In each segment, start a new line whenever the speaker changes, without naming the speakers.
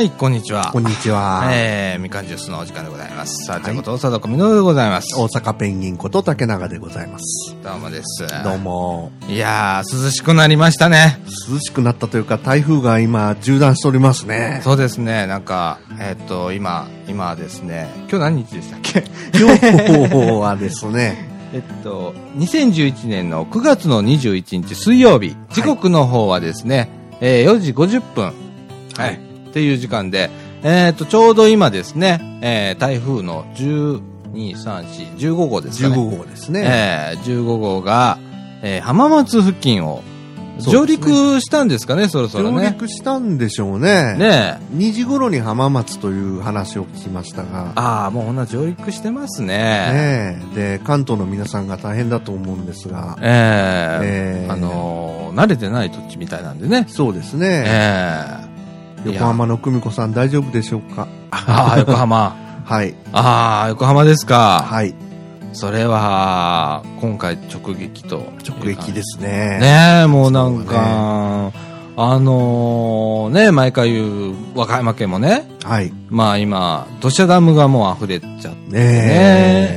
い、こんにちは。
こんにちは。
えー、みかんジュースのお時間でございます。さあ、ということで、貞子みのるでございます。
大阪ペンギンこと竹永でございます。
どうもです。
どうも。
いやー、涼しくなりましたね。
涼しくなったというか、台風が今、縦断しておりますね。
そうですね、なんか、えっと、今、今はですね、今日何日でしたっけ
今日はです ね、
えっと、2011年の9月の21日水曜日、時刻の方はですね、えー4時50分、は
はいい、
っていう時間で、えっと、ちょうど今ですね、えー台風の12、3、4、15号ですかね。
15号ですね。
えー15号が、えー浜松付近を
そ
上
うですね
陸したんですかね、そろそろ
上
ね。
陸したんでしょうね。
ねえ。
2時頃に浜松という話を聞きましたが、
ああ、もうほんな上陸してますね。
ねえで、関東の皆さんが大変だと思うんですが、
ええ
ええ
あのー慣れてない土地みたいなんでね。
そうです
ええい
ね、
や
横浜の久美子さん大丈夫でしょうか
ああ、横 浜。
はい、
ああ、横浜ですか。
はい、
それは、今回直撃と。
直撃です
ね。
ね。
ねえ、もうなんか、あのーね、毎回言う和歌山県もね、
はい、
まあ今、土砂ダムがもう溢れちゃってね。
ねえ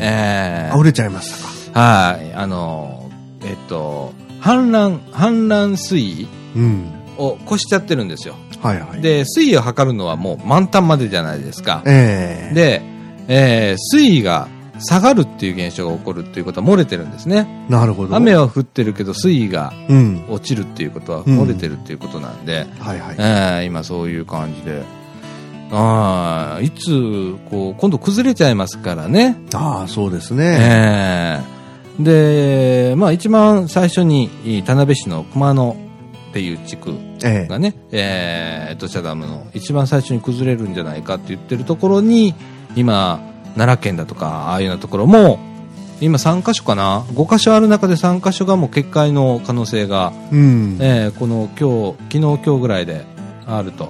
ええ
溢れちゃいましたか。
はい。あの、えっと、氾濫、氾濫水位
うん、
を越しちゃってるんですよ。
はいはい。
で、水位を測るのはもう満タンまでじゃないですか。
ええ
で、えー水位が下がるっていう現象が起こるっていうことは漏れてるんですね。
なるほど。
雨は降ってるけど水位が
うん。
落ちるっていうことは漏れてるっていうことなんで、
はいはい。
えー今そういう感じで。ああ、いつ、こう、今度崩れちゃいますからね。
ああ、そうですね。
ええで、まあ一番最初にえー田辺市の熊野っていう地区
ええ
がね、えー、土砂ダムの一番最初に崩れるんじゃないかって言ってるところに、今、奈良県だとか、ああいうようなところも、今3カ所かな ?5 カ所ある中で3カ所がもう決壊の可能性が、
うん。
えーこの今日、昨日今日ぐらいであると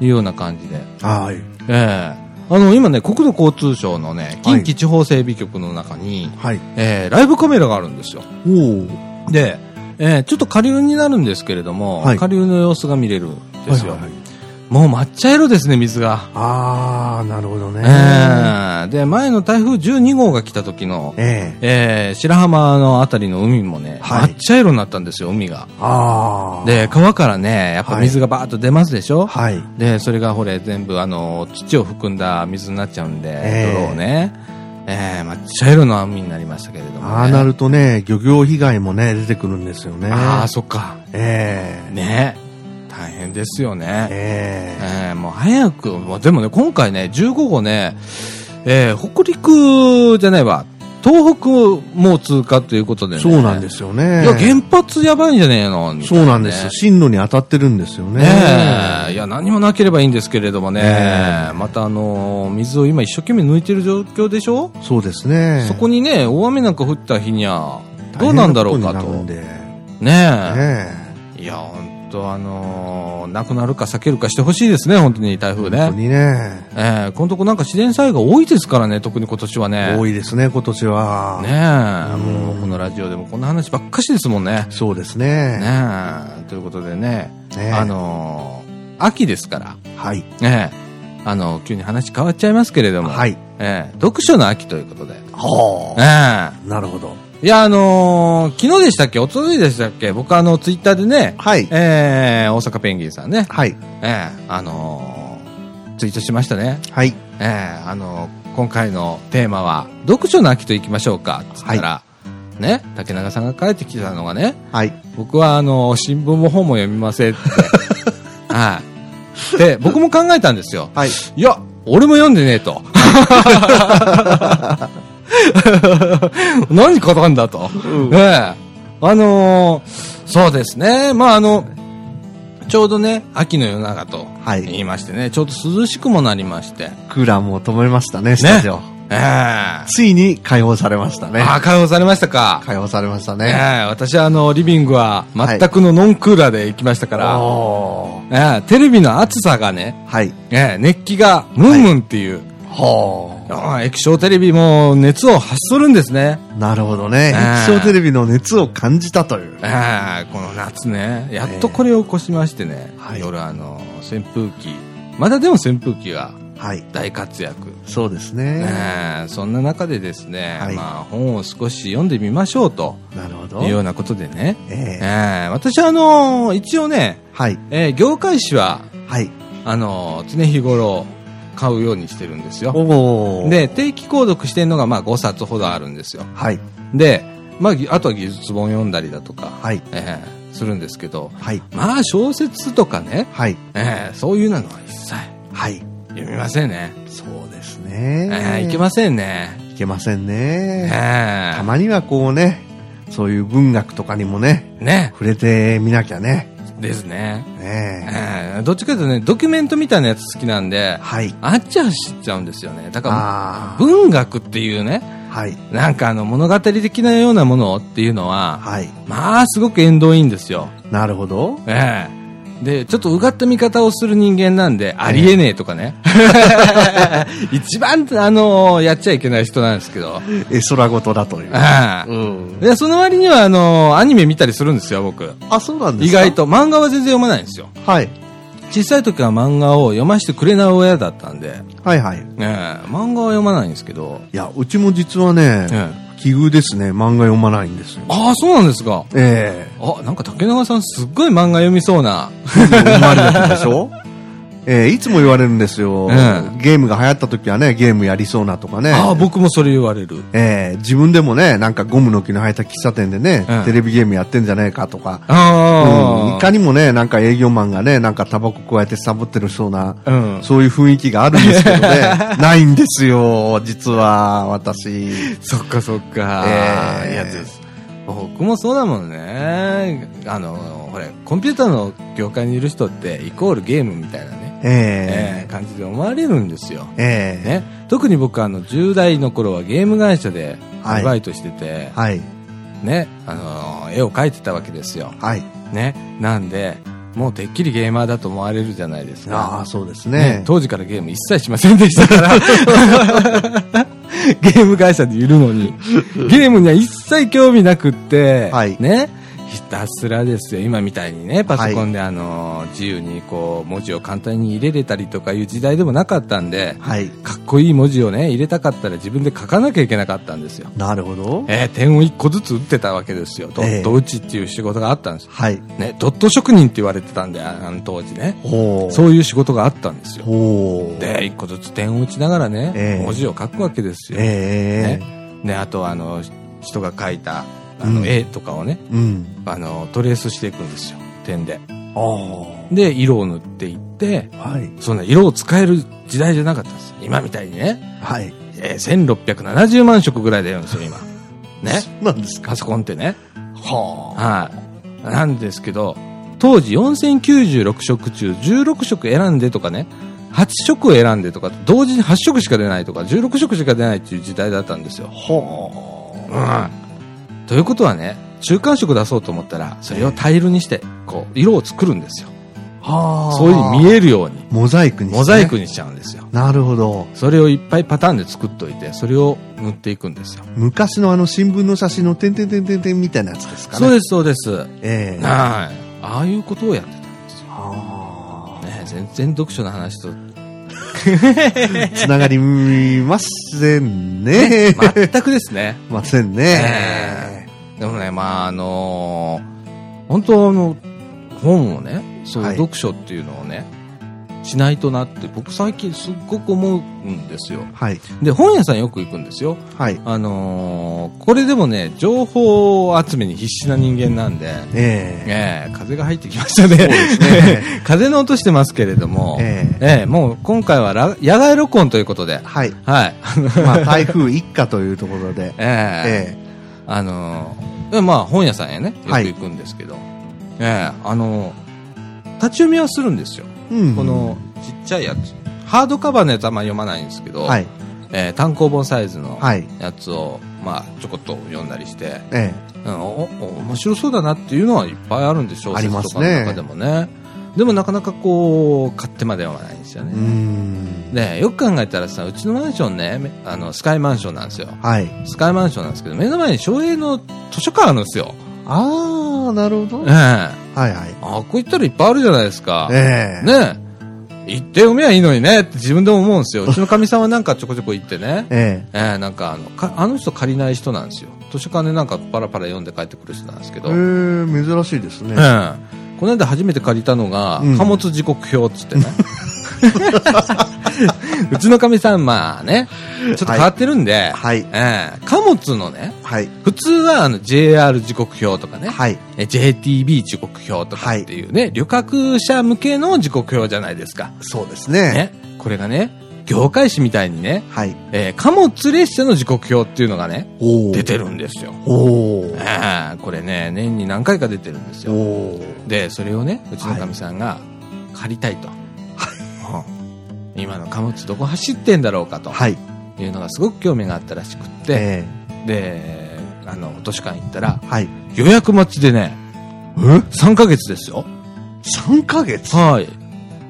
いうような感じで、
はい。
えーあの、今ね、国土交通省のね、近畿地方整備局の中に、
はい。
えーライブカメラがあるんですよ。
おお。
で、えーちょっと下流になるんですけれども、
はい
下流の様子が見れるんですよ。
はいはいはい
もう抹茶色ですね、水が。
ああ、なるほど
え
ね。
ーで、前の台風12号が来た時の、
ええ
えー白浜のあたりの海もね、
はい
抹茶色になったんですよ、海が。
ああ。、
で、川からね、やっぱ
はい
水がバーッと出ますでしょ、
はい。
で、それがほれ、全部あの、土を含んだ水になっちゃうんで、
ええ
泥をね、えー抹茶色の海になりましたけれども、ね。
ああなるとね、漁業被害もね、出てくるんですよね。
ああ、そっか。
ええ
ね大変ですよね。
え
え
え
ーもう早く、もうでもね、今回ね、15号ね、えー北陸じゃないわ、東北も通過ということでね。。
そうなんですすよね。
いや、原発やばいんじゃねえのみたい
そうなんですよ。進路に当たってるんですよね。
ねえいや、何もなければいいんですけれどもね、
ね
またあのー水を今一生懸命抜いてる状況でしょ、
そうですね。
そこにね、大雨なんか降った日には、
大
どう
変
なんだろうか。
ことになるんで
ねえ
え
いや、本当あのーなくなるか避けるかしてほしいですね、本当に台風
え本当
ね。
にね、
えーこのとこなんか自然災害多いですからね、特に今年はね。
多いですね、今年は。
ねえ、
うん
もうこのラジオでもこんな話ばっかしですもんね。
そうですね。
ねえ、ということでね、
ね
あのー秋ですから、
はい。
ねえ、あの、急に話変わっちゃいますけれども、
はい。
ええ読書の秋ということで、
は
ええ
あ。なるほど。
いや、あのー昨日でしたっけ、おとといでしたっけ、僕あの、ツイッターでね、
はい。
ええ大阪ペンギンさんね、
はい。
ええあのーツイートしましたね。
はい。
ええあのー今回のテーマは、読書の秋と行きましょうか、つったら、ね、竹中さんが帰ってきてたのがね、
はい。
僕はあのー新聞も本も読みませんって。 はい。で、僕も考えたんですよ。
はい。
いや、俺も読んでねえと。 何語るんだと。
うん
ねえ。あのーそうですね。まあ、あの、ちょうどね、秋の夜長と
はい
言いましてね、ちょうど涼しくもなりまして。
クーラーも止めましたね、スタジオ。
ええ
ついに解放されましたね。
ああ、解放されましたか。
解放されました
ええ
ね。
私はあの、リビングは全くのノンクーラーで行きましたから、
おー
ええテレビの暑さがね、
はい。
ええ熱気がムンムンっていう、
は
ああ液晶テレビも熱を発するんですね。
あ。なるほどね。
ええ
液晶テレビの熱を感じたという。
ああ、この夏ね。やっとこれを起こしましてね。
はい
夜あの、扇風機、まだでも扇風機が
はい。
大活躍。
そうですね。
ねえそんな中でですね、
はい
まあ本を少し読んでみましょうと
なるほど
いう。ようなことでね、え
ええ
え私はあのー一応ね、
はい。
えー業界誌は
はい。
あのー常日頃買うようにしてるんですよ。
おお。
で、定期購読してるのがまあ5冊ほどあるんですよ。
はい。
で、まあ、ぎあとは技術本読んだりだとか、
はい。
ええするんですけど、
はい。
まあ小説とかね、
はい。
ええそういうのは一切
はい。
読みませんね。
そうです
え
ね。
えいけませんね。
いけません
え
ね。
え
たまにはこうね、そういう文学とかにもね、
ね、
触れてみなきゃね。
ですね。
ね
ええどっちかというとね、ドキュメントみたいなやつ好きなんで
え。、はい。
あっちゃしちゃうんですよね。だか
あ
ら、文学っていうね、
あ。はい。
なんかあの物語的なようなものっていうのは、
はい。
まあすごく縁遠いんですよ。
なるほど。
ええで、ちょっとうがった見方をする人間なんで、ありえねえとか ね。一番、あのやっちゃいけない人なんですけど。
え、空事だという。
ええ
うん。
で、その割には、あのアニメ見たりするんですよ、僕。
あ、そうなんで
意
すか
外。と。漫画は全然読まないんですよ。
はい。
小さい時は漫画を読ましてくれない親だったんで、
はいはい。い
ええ漫画は読まないんですけど。
や、うちも実はね、
ええ
奇遇ですね。漫画読まないんですよ。
ああ、そうなんですか。
え
あ、なんか竹永さんすっごい漫画読みそうな。
え生まれたで しょええいつも言われるんですよ、
え
ゲームが流行った時はね、ゲームやりそうなとかね。
ああ、僕もそれ言われる。
ええ自分でもね、なんかゴムの木の生えた喫茶店でね、
ええ
テレビゲームやってんじゃないかとか。うん
ああ、
いかにもね、なんか営業マンがね、なんかタバコ加えてサボってるそうな、
うん
そういう雰囲気があるんですけど ね、ないんですよ、実は、私。
そっかそっか。
ええ
いやです。僕もそうだもんね。あの、ほれ、コンピューターの業界にいる人って、イコールゲームみたいなね、え
え
え感じで思われるんですよ。
えええ
ね、特に僕あの10代の頃はゲーム会社で
はい
アルバイトしてて、
はい、
ね、あの絵を描いてたわけですよ。
はい。
ね、なんで、もうてっきりゲーマーだと思われるじゃないですか。
ああ、そうです
ね
ね。
当時からゲーム一切しませんでしたから。 ゲーム会社でいるのに。ゲームには一切興味なくって、
はい
ね。ひたすらですよ。今みたいにね、パソコンであの、自由にこう、文字を簡単に入れれたりとかいう時代でもなかったんで、
はい。
かっこいい文字をね、入れたかったら自分で書かなきゃいけなかったんですよ。
なるほど。
えー点を一個ずつ打ってたわけですよ。ド
ええ
ット打ちっていう仕事があったんです。
はい。
ね、ドット職人って言われてたんで、ああの当時ね。
ほう。
そういう仕事があったんですよ。
ほう。
で、一個ずつ点を打ちながらね、
ええ
文字を書くわけですよ。
ええ
ね、で、あとはあの、人が書いた、あ
う
の、
ん
絵とかをね、
うん。
あの、トレースしていくんですよ。点で。
ああ。
で、色を塗っていって、
はい。
そんな色を使える時代じゃなかったんです。今みたいにね、
はい。
えー1670万色ぐらいでやるんですよ、今。ね。
なん ですか
パソコンってね。
は
はい。なんですけど、当時4096色中16色選んでとかね、8色を選んでとか、同時に8色しか出ないとか、16色しか出ないっていう時代だったんですよ
あ。。ほう。
うん。ということはね、中間色出そうと思ったら、それをタイルにして、こう、色を作るんですよ。
はあ。
そういうふうに見えるように、
モザイクにして
モザイクにしちゃうんですよ。
なるほど。
それをいっぱいパターンで作っといて、それを塗っていくんですよ。
昔のあの新聞の写真の点々点々点みたいなやつですかね。
そう
う
です、そうです。はい。
ええ
ああいうことをやってたんですよ。
は
ね、全然読書の話と
あ。つながりませ んね。
全くですね。
ませんね。
でもね、まあ、あのー本当あの、本をね、そう、
はい
読書っていうのをね、しないとなって、僕最近すっごく思うんですよ。
はい。
で、本屋さんよく行くんですよ。
はい。
あのーこれでもね、情報集めに必死な人間なんで、
ええ
ええ風が入ってきましたね。 風の音してますけれども、え
ええ
えもう今回はら野外録音ということで、
はい。
はい。。
まあ、台風一過というところで
え え
え
あのーでまあ本屋さんへね、よく
はい
行くんですけど、ええあのー立ち読みはするんですよ。
えうん
このちっちゃいやつ。ハードカバーのやつはあんま読まないんですけど、
はい。
ええ単行本サイズの
はい。
やつを、まあちょこっと読んだりして、
え
うん、お、お面白そうだなっていうのはいっぱいあるんでしょう
あり
と
ます
かの
ね
中でもね。でもなかなかこう、買ってまでは読まないんですよ
えうー
ね。
ん。
で、よく考えたらさ、うちのマンションね、めあの、スカイマンションなんですよ。
はい。
スカイマンションなんですけど、目の前に省営の図書館あるんですよ。
ああ、なるほど。
ええ
はいはい。
あ、こう言ったらいっぱいあるじゃないですか。
ええ。
ねえ。行って読めばいいのにねって自分でも思うんですよ。うちのかみさんはなんかちょこちょこ行ってね
え
えーなんかあのか、あの人借りない人なんですよ。図書館でなんかパラパラ読んで帰ってくる人なんですけど。
え。えー、珍しいですね。
うんこの間初めて借りたのが、
うん
貨物時刻表っつってね。 うちのかみさん、まあね、ちょっと変わってるんで、
はい。
ええ貨物のね、
はい。
普通はあの JR 時刻表とかね、
はい。
え JTB 時刻表とかっていうね、旅客者向けの時刻表じゃないですか。
そうですね。
ね、これがね、業界誌みたいにね、
はい。
えー貨物列車の時刻表っていうのがね、
おー
出てるんですよ。
おー
ええこれね、年に何回か出てるんですよ。
おー
でそれをねうちのかみさんが借りたいと、うん今の貨物どこ走ってんだろうかと
はい。
いうのがすごく興味があったらしくって、
え
であの図書館行ったら
え。はい。
予約待ちでね
え
3ヶ月ですよ
?3 ヶ月
はい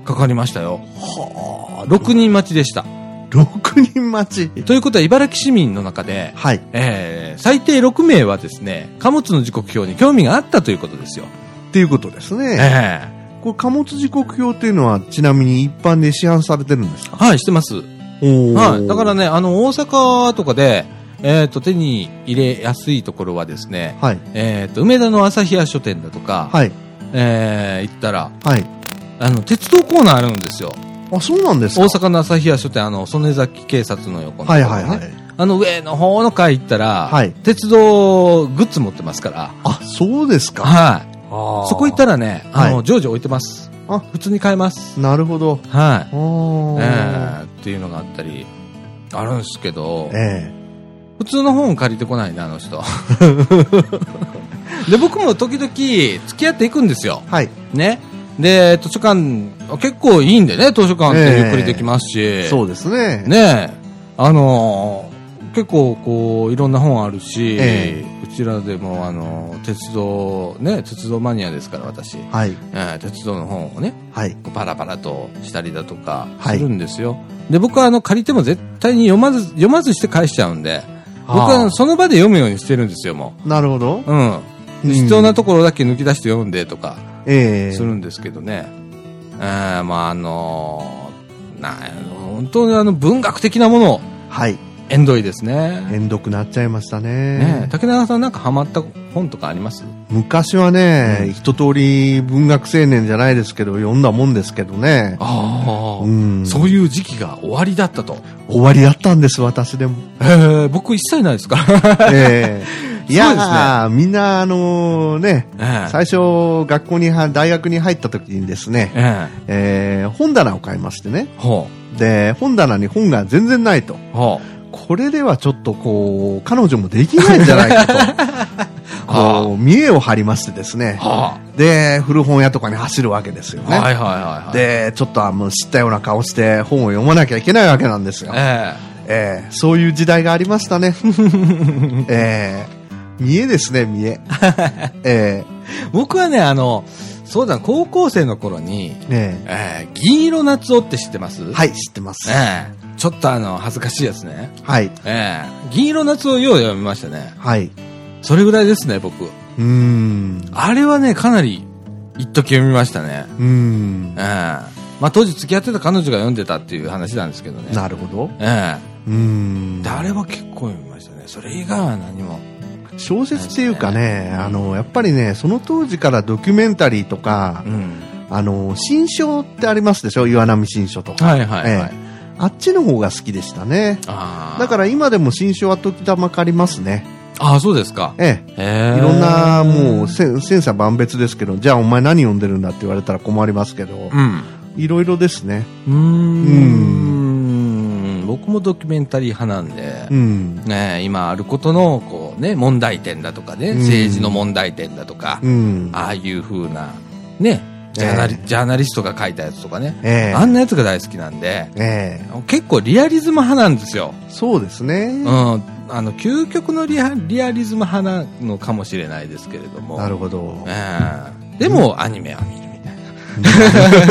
かかりましたよ
は
6人待ちでした
あ、6人待ち。
ということは茨城市民の中で、
はい。
えー最低6名はですね貨物の時刻表に興味があったということですよ、
っていうことです
え
ね。
え
これ、貨物時刻表っていうのは、ちなみに一般で市販されてるんですか
はいしてます
おー
はい、だから。ね、あの大阪とかで、えー、と手に入れやすいところはですね、
はい。
えー、と梅田の朝日屋書店だとか、
はい。
えー行ったら
はい。
あの鉄道コーナーあるんですよ
あ、そうなんですか
大阪の朝日屋書店あの曽根崎警察の横の、
はいはいはい。
あの上の方の階行ったら、
はい
鉄道グッズ持ってますから、
あ、そうですか。
はい、そこ行ったらねあの、
はい
常時置いてます
あ
普通に買えます、
なるほ
は
ど。
いえー
あ
っていうのがあったりあるんですけど
ー。え
普通の本借りてこないね、あの人。で、僕も時々付き合っていくんですよ
え。。はい。
ね。で、図書館、結構いいんでね、図書館ってゆっくりできますし。
そうですね。
ねえあのー結構こう、いろんな本あるし、
え
うちらでもあのー鉄道、ね、鉄道マニアですから私、
はい。
えー鉄道の本をね、
はい。
こうパラパラとしたりだとか
は
す
い
るんですよ。で、僕はあの借りても絶対に読まず、読まずして返しちゃうんで、僕
あ
は
ー
その場で読むようにしてるんですよ、も
なるほど。
う。うん。
うん
必要なところだけ抜き出して読んでとか
ええ
するんですけどね。えーまああのーなんやろ本当にあの文学的なもの、
はい。
エンドイですね。
遠読なっちゃいましたね。
ね竹中さんなんかハマった本とかあります
昔はね、
うん
一通り文学青年じゃないですけど、読んだもんですけどね。
あ
うん。
そういう時期が終わりだったと。
終わりだったんです、私 でも。
えー、僕一切ない ですから。
ええい
そうです
やー、みんな、あのーね、
えー
最初、学校には、大学に入った時にですね、
えー
えー本棚を買いましてね。
ほ
で、本棚に本が全然ないと。
う。ほ。
これではちょっとこう、彼女もできないんじゃないかと
ああ
こう、見栄を張りましてですね
う。。は
で、古本屋とかに走るわけですよ
あ。は
ね。
いはいはいはい。、
で、ちょっとあの、知ったような顔して本を読まなきゃいけないわけなんですよ。
え
ええそういう時代がありまし たね。ええ見栄ですね、見栄。
え
え
僕はね、あの、そうだ、高校生の頃に、
ええ
えー、銀色夏男って知ってます
え
い。
はい、知ってます。
ええちょっとあの、恥ずかしいやつね。
はい。
ええ銀色夏男よう読みましたね。
はい。う
それぐらいですね、僕。
ーん。
あれはね、かなり、一時読みましたね。
うーん
ええ。まあ当時付き合ってた彼女が読んでたっていう話なんですけどね。
なるほど。
え
うー
え
ん。
であれは結構読みましたね。それ以外は何も。
小説っていうかね、あの、やっぱりね、その当時からドキュメンタリーとか
う、ん。
あの、新書ってありますでしょ岩波新書とか。
はいはいはい。
えあっちの方が好きでしたね。
ああ。、
だからら今でも新書は時たま借りますね。
ああ、そうですか。
え
え
え。
え
いろんな、もう、千千差万別ですけど、じゃあお前何読んでるんだって言われたら困りますけど
う、ん。
いろいろですね。
うーん僕もドキュメンタリー派なんで、
うん。
ねえ、今あることのこう、ね、問題点だとかね、
うん
政治の問題点だとか、
うん。
ああいう風な、ね、ジャーナリ、
え
ジャーナリストが書いたやつとかね、
え
あんなやつが大好きなんで、
え。え
結構リアリズム派なんですよ。
え。そうです
う
ね
ん、。あの究極のリアリアリズム派なのかもしれないですけれども。
なるほ ど。
ええでも、アニメは見るみたいな。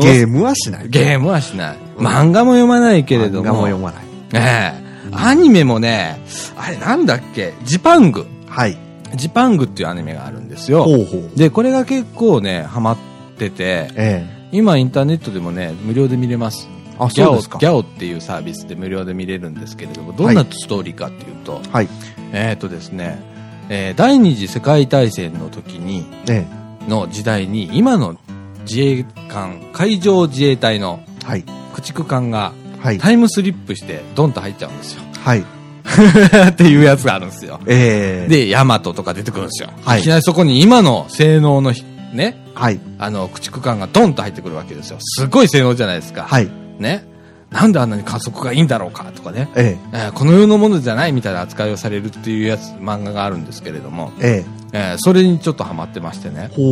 ゲームはしない。
ゲームはしない。漫画も読まないけれど
漫画も
も。
読まない。
ええアニメもね、あれなんだっけ、ジパング。
はい。
ジパングっていうアニメがあるんです
ほ
よ。
うほう。
で、これが結構ね、ハマってて、
ええ。
今インターネットでもね無料で見れます
あ、
ギ
そ
ャオ
うで
ギ
すか。
ャオっていうサービスで無料で見れるんですけれどもどんなストーリーかっていうと、
はい。
えっ、とですね、えー第二次世界大戦の時に
え
の時代に今の自衛官海上自衛隊の
え。はい。
駆逐艦が
はい。
タイムスリップしてドンと入っちゃうん ですよ
はい。
っていうやつがあるんですよ
ええ。、
でヤマトとか出てくるんですよ、
はい
い、きなりそこに今の性能のひね
はい。
あの駆逐艦がドンと入ってくるわけですよすごい性能じゃないですか、
はい。
ねなんであんなに加速がいいんだろうかとかね
え
えーこの世のものじゃないみたいな扱いをされるっていうやつ漫画があるんですけれども、
え。ええ。
えーそれにちょっとハマってましてね、
ほ
え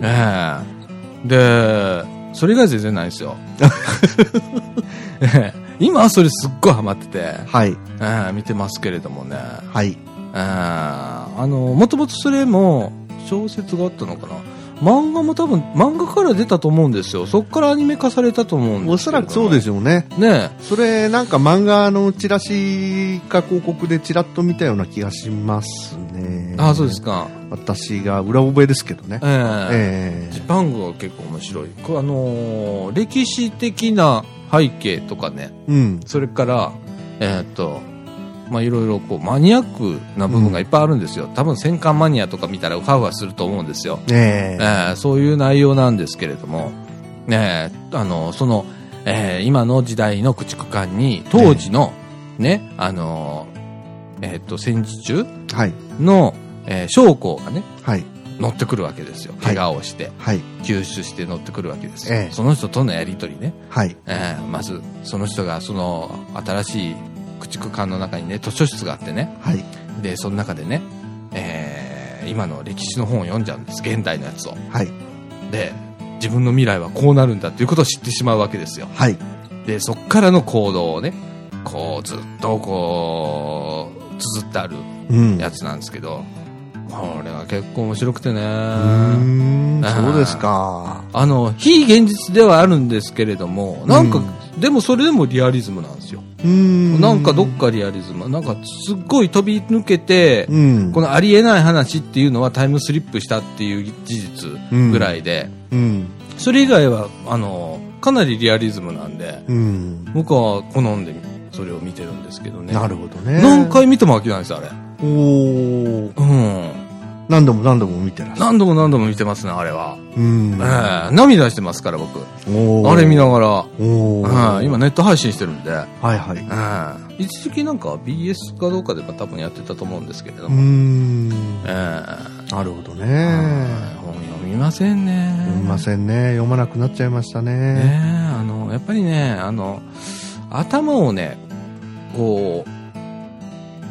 ー。
ーでそれ以外全然ないんですよ えー今はそれすっごいハマってて、
はい。
えー見てますけれどもね、
はい。
えーあのもともとそれも小説があったのかな漫画も多分漫画から出たと思うんですよそっからアニメ化されたと思うんです
おそらくそうですしょうね。
ねえ
それ、なんか漫画のチラシか広告でチラッと見たような気がしますね。
あーそうです。か
私が裏覚えですけどね。
えー
え
ジパングは結構面白い。こうあのー歴史的な背景とかね、
え。うん。
それから、えーっと、まあ、いろいろこう、マニアックな部分がいっぱいあるんですよ。多分戦艦マニアとか見たらウハウハすると思うんですよ。え
ええ。
ーそういう内容なんですけれども、ねえ、あの、その、えー今の時代の駆逐艦に、当時の、ね、あのーえーっと、戦時中
はい。
の、えー将校がね、
はい。
乗ってくるわけですよ。
は
怪
い
我をして。
はい。
救出して乗ってくるわけですよ、
ええ
その人とのやり取りね、
はい。
えーまずその人がその新しい駆逐艦の中にね図書室があってね
はい。
でその中でね、えー今の歴史の本を読んじゃうんです現代のやつを
はい。
で自分の未来はこうなるんだっていうことを知ってしまうわけですよ
はい。
でそっからの行動をねこうずっとこう綴ってある
うん。
やつなんですけどこれが結構面白くてね
うーん。
あー
そうですか。
あの、非現実ではあるんですけれども、なんか、でもそれでもリアリズムなんですよ。
うーん。
なんかどっ。かリアリズム。なんかすっごい飛び抜けて、
うん。
このありえない話っていうのはタイムスリップしたっていう事実ぐらいで、
うん。
それ以外は、あの、かなりリアリズムなんで、
うん。
僕は好んでそれを見てるんですけどね。
なるほどね。
何回見ても飽きないです、あれ。
おー
うん。
何度も何度も見てらっしゃ
何度も何度も見てますね、あれは。
る。うん。
ええ涙してますから、僕。
おー
あれ見ながら。
お
う
ー
ん、今ネット配信してるんで、うん、
はいはい。う
一時期なんか BS かどうかでも多分やってたと思うんですけれど
ー
も、
ん。
ええ
なるほど
はい
ね。
本読みませんね
読みま
ん
せんね。読まなくなっちゃいました
ね
ね。
えあのやっぱりねあの頭をねこう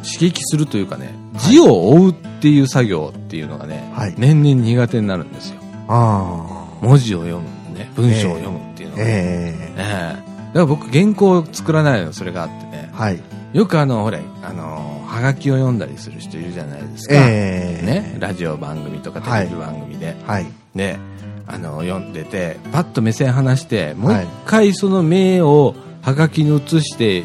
刺激するというかね字を追うっていう作業っていうのがね、
はい
年々苦手になるんですよ
ああ。
文字を読むね文章を読むっていうのが、え
え
えだから僕原稿を作らないのそれがあってね
え。はい。
よくあの、ほら、あの、はがきを読んだりする人いるじゃないですか。
ええ。
ね、。ラジオ番組とかテレビ番組で。
はい。
で、あの、読んでて、パッと目線離して、もう
はい
一回その目をはがきに移して、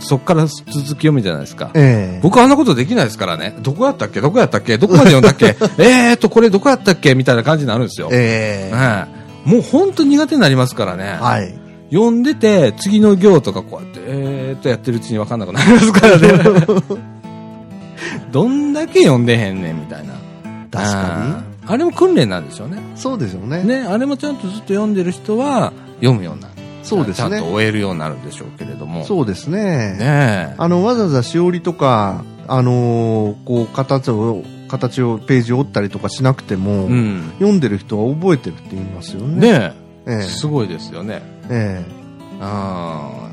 そっから続き読むじゃないですか。
ええ。
僕あんなことできないですからね。どこやったっけどこやったっけどこまで読んだっ けえーっと、これどこやったっけみたいな感じになるんですよ。
ええ。
はいもう本当苦手になりますからね。
はい。
読んでて、次の行とかこうやって、えーっとやってるうちに分かんなくなりますから ね。 どんだけ読んでへんねんみたいな。
確か
に。あれも訓練なんでしょうね。
に。そうですよね。
ね、あれもちゃんとずっと読んでる人は、読むようになる。
そうです
ちゃんと
ね。
終えるようになるんでしょうけれども。
そうです
う
ね。
ねえ。
あの、わざわざしおりとか、あのーこう、形を、形を、ページを折ったりとかしなくても、
うん。
読んでる人は覚えてるって言いますよね。
ね
え
え。すごいですよね。
え、え
ああ。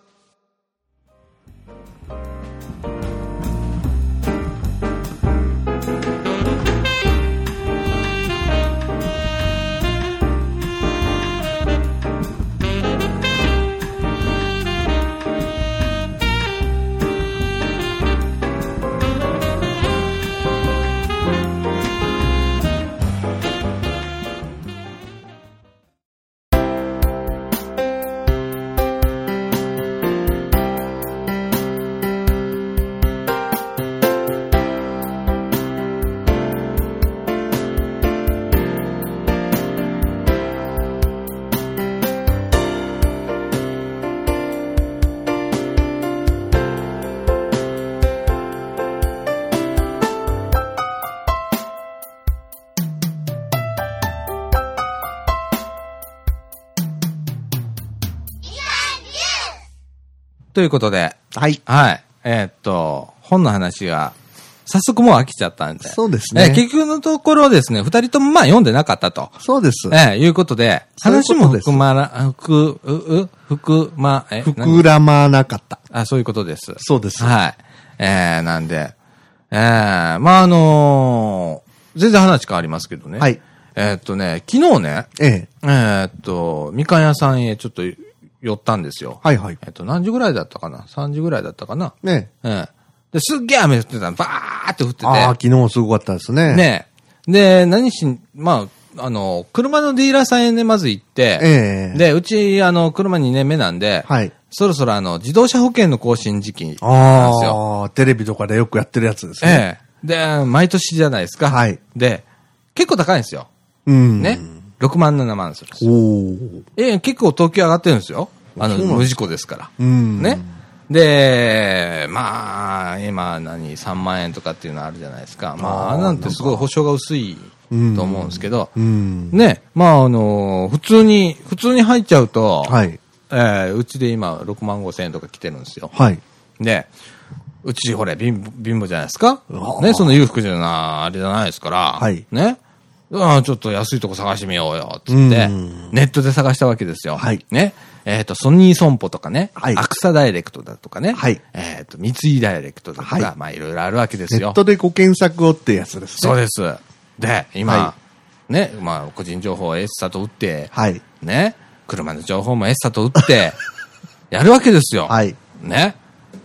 ということで、
はい。
はい。えーっと、本の話が、早速もう飽きちゃったんで。
そうですね
えー結局のところですね、二人ともまあ読んでなかったと。
そうです。
えーいうことで、
そういうこと
話も
です
含まら、含、う、う、含ま、え、
膨
何
らまなかった。
あ、そういうことです。
そうです。
はい。えー、なんで、えー、まああのー全然話変わりますけどね。
はい。
えーっとね、昨日ね、
ええ。
えーっと、みかん屋さんへちょっと寄ったんですよ。
はいはい。
えっと、何時ぐらいだったかな ?3 時ぐらいだったかな
ね
うん。で、すっげえ雨降ってたの。バーって降って
ああ、昨日すごかったですね。
て。ねえ。で、何し、まあ、あの、車のディーラーさんへね、まず行って、
ええ
で、うち、あの、車2年目なんで、
はい。
そろそろあの、自動車保険の更新時期なんですよ。
ああ、テレビとかでよくやってるやつですね。
ええ。で、毎年じゃないですか。
はい
で、結構高いんですよ。
うん。
ね。。6万、7万するんですよ。
おー
ええ、結構東京上がってるんですよ。あの、
そうなんだ
無事故ですから。
うん。
ね。。で、まあ、今何、3万円とかっていうのあるじゃないですか。まあ、
あー
あれなんてすごい保証が薄いと思うんですけど、
うん。
ね、まあ、あの、普通に、普通に入っちゃうと、
はい。
えーうちで今6万5千円とか来てるんですよ。
はい。
で、うち、ほれ、貧乏貧乏じゃないですか
うわ。
ね、その裕福じゃな、あれじゃないですから、
はい
ね。ああ、ちょっと安いとこ探してみようよ、つって
うん、
ネットで探したわけですよ。
はい
ね。えっ、と、ソニーソンポとかね、
はい
アクサダイレクトだとかね、
はい
えっ、と、三井ダイレクトだとか、
はい
まあ、いろいろあるわけです
ネ
よ。
ットでご検索をってやつですね。
そうです。で、今、
は
ね、まあ、個人情報をエッサと打って、
はい。
ね、車の情報もエッサと打 って、やるわけですよ。
はい。
ね。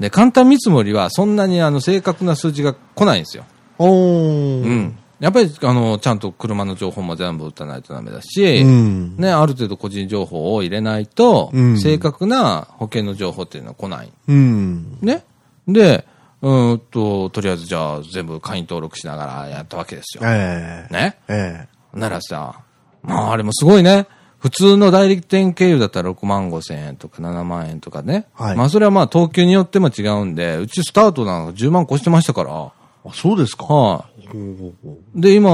で、簡単見積もりはそんなにあの正確な数字が来ないんですよ。
おー
う。ん。やっぱり、あの、ちゃんと車の情報も全部打たないとダメだし、
うん
ね、ある程度個人情報を入れないと、
うん
正確な保険の情報っていうのは来ない。
うん。
ね。で、うーんと、とりあえずじゃあ全部会員登録しながらやったわけですよ。
ええ。
ね。
え
ならさ、まああれもすごいね。普通の代理店経由だったら6万5千円とか7万円とかね。
はい
まあそれはまあ等級によっても違うんで、うちスタートなんか10万越してましたから。は
え。あ、そうですか。
い、
ほうほうほ
で、今、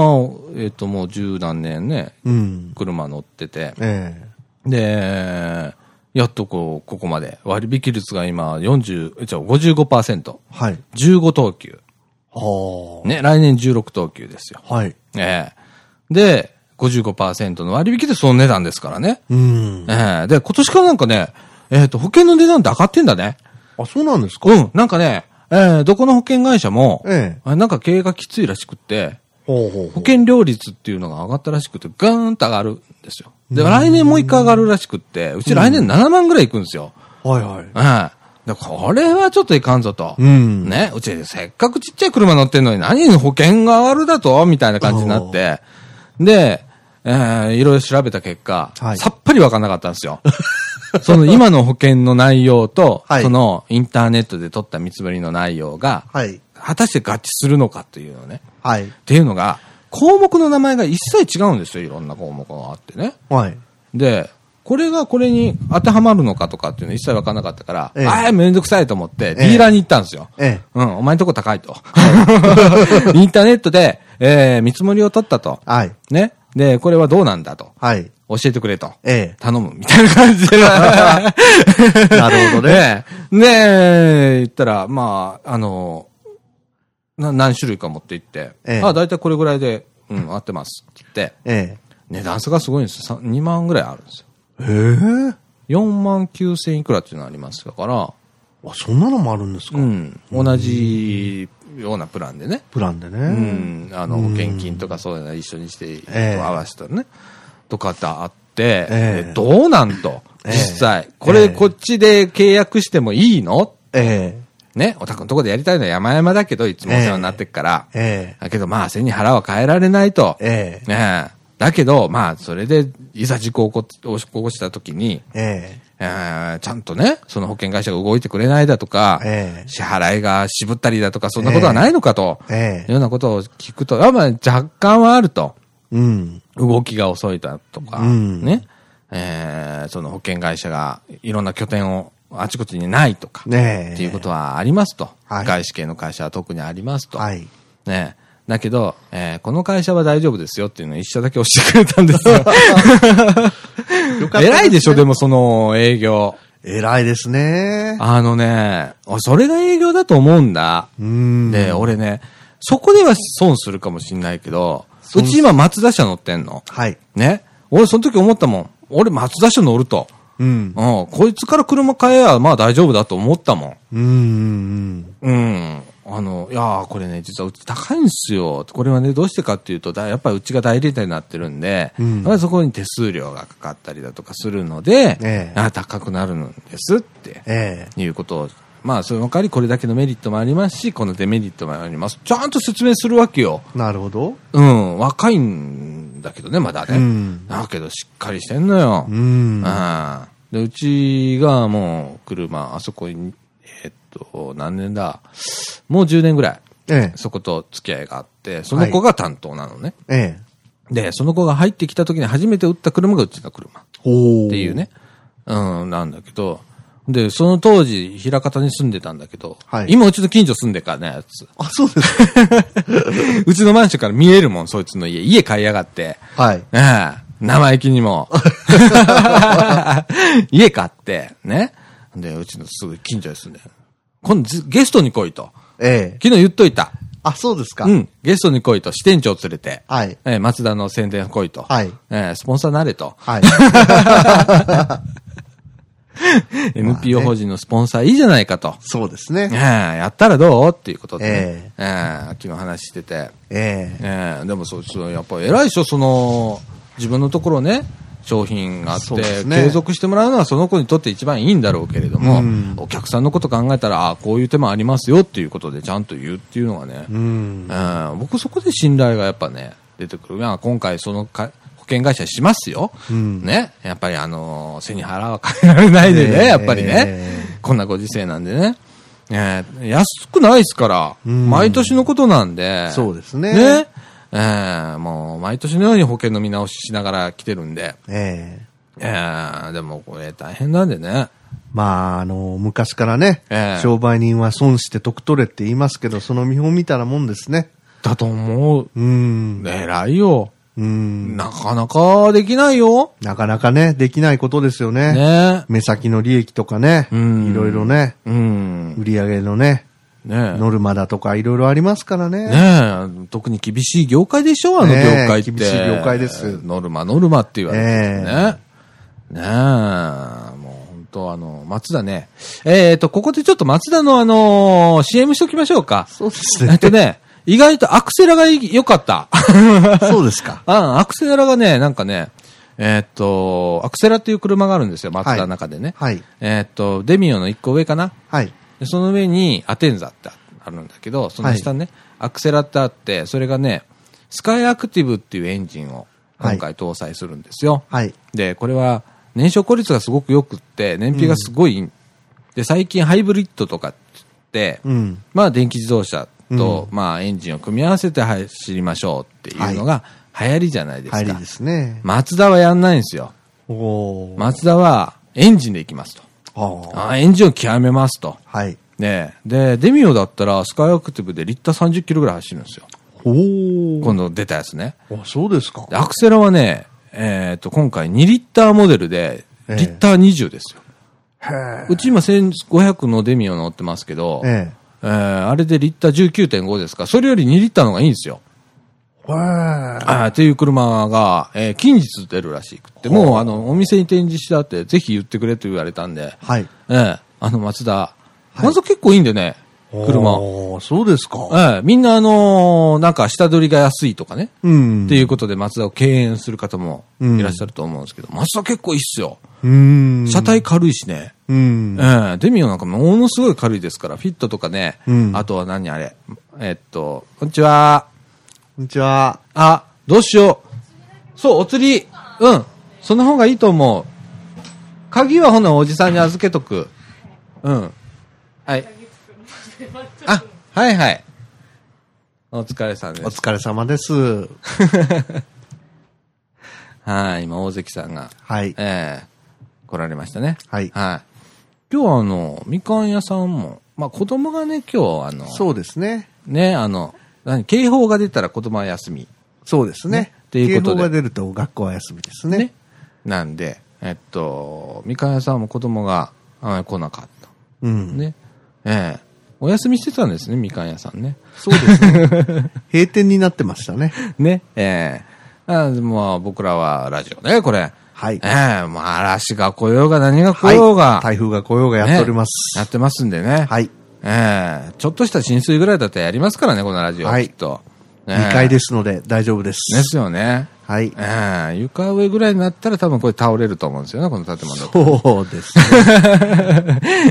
えっ、ともう十何年ね、
ううん。
車乗ってて。
ええ。
で、やっとこう、ここまで。割引率が今40、えじゃあ55%。
はい。
15等級。
は
ね、来年16等級ですよ。
あ。はい。
ええで、55%の割引でその値段ですからね。
うん。
ええで、今年からなんかね、えっ、と、保険の値段って上がってんだね。
あ、そうなんですか
うん、なんかね、えーどこの保険会社も、
ええ
あなんか経営がきついらしくって、
ほうほう
保険料率っていうのが上がったらしくて、ガーンと上がるんですよ。で、来年もう一回上がるらしくって、うち来年7万ぐらいいくんですよ。
ほう。はいはい。
ええで、これはちょっといかんぞと。
うん
ね、うちせっかくちっちゃい車乗ってんのに何保険が上がるだとみたいな感じになって。で、えー、いろいろ調べた結果、
はい
さっぱりわかんなかったんですよ。 その今の保険の内容と、
はい
そのインターネットで取った見積もりの内容が、
はい。
果たして合致するのかというのね。
はい
っ。ていうのが、項目の名前が一切違うんですよ。いろんな項目があってね。
はい。
で、これがこれに当てはまるのかとかっていうの一切分からなかったから、
ええ
ああ、めんどくさいと思って、デ
ええ
ィーラーに行ったんですよ。
ええ
うん、お前んとこ高いと。 インターネットで、えー見積もりを取ったと。
はい。
ね。で、これはどうなんだと。
はい。
教えてくれと。
え
頼む、みたいな感じで。
え。 なるほどね。
ね え。ねえ、言ったら、まあ、あの、な何種類か持って行って、
ええ
あ、だいたいこれぐらいで、うん、合ってますって言って、
え
値段差がすごいんですよ。さ2万ぐらいあるんですよ。
え。へえ。
4万9千いくらっていうのありますから、
あ、そんなのもあるんですか
うん、同じようなプランでね、
プランでね。
うん、あの、保険金とかそういうの一緒にして、
ええ
合わせたらね、とかってあって、
ええ
でどうなんと、
ええ
実際、こ
え
れ
え
こっちで契約してもいいの
え
ね、お宅のとこでやりたいのは山々だけど、いつもお世話になってっから、
え。え
だけどまあ、背に腹は変えられないと、
え。ええ。
ねえだけど、まあ、それで、いざ事故を起こ起こした時に、
え
えーちゃんとね、その保険会社が動いてくれないだとか、
ええ
支払いが渋ったりだとか、そんなことはないのかと、
え。え
いう
え。
ようなことを聞くと、やっぱ若干はあると。
うん。
動きが遅いだとか、
うん
ね。えーその保険会社がいろんな拠点をあちこちにないとか、
ねえ。
っていうことはありますと。
はい
外資系の会社は特にありますと。
はい。
ねだけど、えーこの会社は大丈夫ですよっていうのを一社だけ教えてくれたん ですよ。
よ
偉いでしょ、で
も。
もその営業。
偉いですね。
あのね、俺それが営業だと思うんだ。
うん。
で、俺ね、そこでは損するかもしんないけど、う
損す
ち今松田車乗ってんの。
はい。
ね。俺その時思ったもん。俺松田車乗ると。
うん。
うん。こいつから車買えや、まあ大丈夫だと思ったもん。
うんう
う
ん
ん。あの、いやーこれね、実はうち高いんですよ。これはね、どうしてかっていうと、だやっぱりうちが代理店になってるんで、
うん
まあそこに手数料がかかったりだとかするので、
ええ
あ高くなるんですって
うん。え
いうことを、まあ、その代わりこれだけのメリットもありますし、このデメリットもあります。ちゃんと説明するわけよ。
え。なるほど。
うん、若いんだけどね、まだね。
うん
だけど、しっかりしてんのよ。
う。
うんで、うちがもう、車、あそこに、えっと、何年だもう10年ぐらい、
ええ。
そこと付き合いがあって、その子が担当なのね。
ええ。
で、その子が入ってきた時に初めて売った車がうちの車。
ほう。
っていう。ね、うん、なんだけど、で、その当時、枚方に住んでたんだけど、
はい
今うちの近所住んでっからね、あいつ。
あ、そうですか。
うちのマンションから見えるもん、そいつの家。家買いやがって。
はい。
ええ生意気に も。 家買って、ね。で、うちのすぐ近所に住んでる。今度ずゲストに来いと。
ええ。
昨日言っといた。
あ、そうですか。
うん。ゲストに来いと、支店長連れて。
はい
ええ松田の宣伝来いと。
はい
ええスポンサーなれ と。
はい。
NPO 法人のスポンサーいいじゃないかと。
そうですね。
ええやったらどうっていうことで、ね
え
ええ昨日話してて、
ええ。
ええでもそうそうやっぱり偉いでしょ、その自分のところね、商品があって、
そうですね
継続してもらうのはその子にとって一番いいんだろうけれども、
うん
お客さんのこと考えたら、ああこういう手もありますよっていうことで、ちゃんと言うっていうのがね、
うん。
ええ僕、そこで信頼がやっぱね、出てくる、いや今回、そのか保険会社しますよ、
うん
ね、やっぱり、あの背に腹は変えられないでね、
ええ
やっぱりね、こんなご時世なんでね、ええ安くないですから、
うん
毎年のことなんで、
そうですね
ねええもう毎年のように保険の見直ししながら来てるんで、
ええ。
ええでもこれ、大変なんでね。
まあ、あの、昔からね
ええ、
商売人は損して得取れって言いますけど、その見本見たらもんですね。
だと思う。
うん。
偉いよ。
うん。
なかなかできないよ。
なかなかね、できないことですよね。
ね
目先の利益とかね、
うん
いろいろね、
うん。
売り上げのね、
ねえ。
ノルマだとかいろいろありますからね。
ねえ、特に厳しい業界でしょ、あの業
ねえ
界って。
厳しい業界です
ノルマ、ノルマって言われてるね。
え
ねえ、もう本当あの、松田ね。えっ、と、ここでちょっと松田のあのー CM しときましょうか。
そうです
えっ
ね。
とね、意外とアクセラがい良かった。
そうです か。
あアクセラがね、なんかね、えっと、アクセラっていう車があるんですよ、松田の中でね。
はい。
えっと、デミオの一個上かな。
はい。
でその上にアテンザってあるんだけど、その下ね、アクセラってあって、それがね、スカイアクティブっていうエンジンを今回搭載するんですよ。
はい。
で、これは燃焼効率がすごく良くって、燃費がすごいいい、で、最近ハイブリッドとかって言って、
うん。
まあ電気自動車と、まあ、エンジンを組み合わせて走りましょうっていうのが流行りじゃないです
入
か。
りですね。
マツダはやんないんですよ。
おー
マツダはエンジンで行きますと。
あー
あーエンジンを極めますと。
はい。
ねえで、デミオだったらスカイアクティブでリッター30キロぐらい走るんですよ。
お
今度出たやつね。
お。あ、そうですか
で。アクセラはね、えっ、と、今回2リッターモデルで、
え
リ
え
ッター20ですよ。
へえ
うち今1500のデミオ乗ってますけど、
ええ
えーあれでリッター19.5ですから、それより2リッターの方がいいんですよ。
へえ
あーっていう車が、えー近日出るらしくって、もうあの、お店に展示してあって、ぜひ言ってくれと言われたんで、
はい。
ええあの、マツダ。マツダ結構いいんでね、車。え
おーそうですか。
えみんなあのーなんか下取りが安いとかね、
うん。。
っていううことでマツダを敬遠する方も
うん
いらっしゃると思うんですけど、マツダ結構いいっすよ。
うん。
車体軽いしね。
うん。
ええデミオなんかものすごい軽いですから、フィットとかね、
うん
あとは何あれ、えっと、こんにちは。
こんにちは。
あ、どうしよう。そう、お釣り。うん。その方がいいと思う。鍵はほなおじさんに預けとく。うん。はい。あ、はいはい。お疲れさん
お
です。
疲れ様です。
はい、今、大関さんが、
はい。
ええ来られましたね。
はい
はい。今日はあの、みかん屋さんも、まあ子供がね、今日あの、
そうですね。
ね、あの、何、警報が出たら子供は休み。
そうですね
ね。っていうことで
警報が出ると学校は休みですね。
ね。なんで、えっと、みかん屋さんも子供があ来なかっ
うん
た。。ね。ええお休みしてたんですね、みかん屋さんね。
そうです ね。閉店になってましたね。
ね。ええあでも僕らはラジオね、これ。
はい
ええもう嵐が来ようが何が来ようが、
台風が来ようがやっております。
やってますんでね。
はい。
ええちょっとした浸水ぐらいだったらやりますからね、このラジオ。
はい
きっと。ええ
2階ですので大丈夫です。
ですよね。
はい。
ええ床上ぐらいになったら多分これ倒れると思うんですよね、この建物。
そうです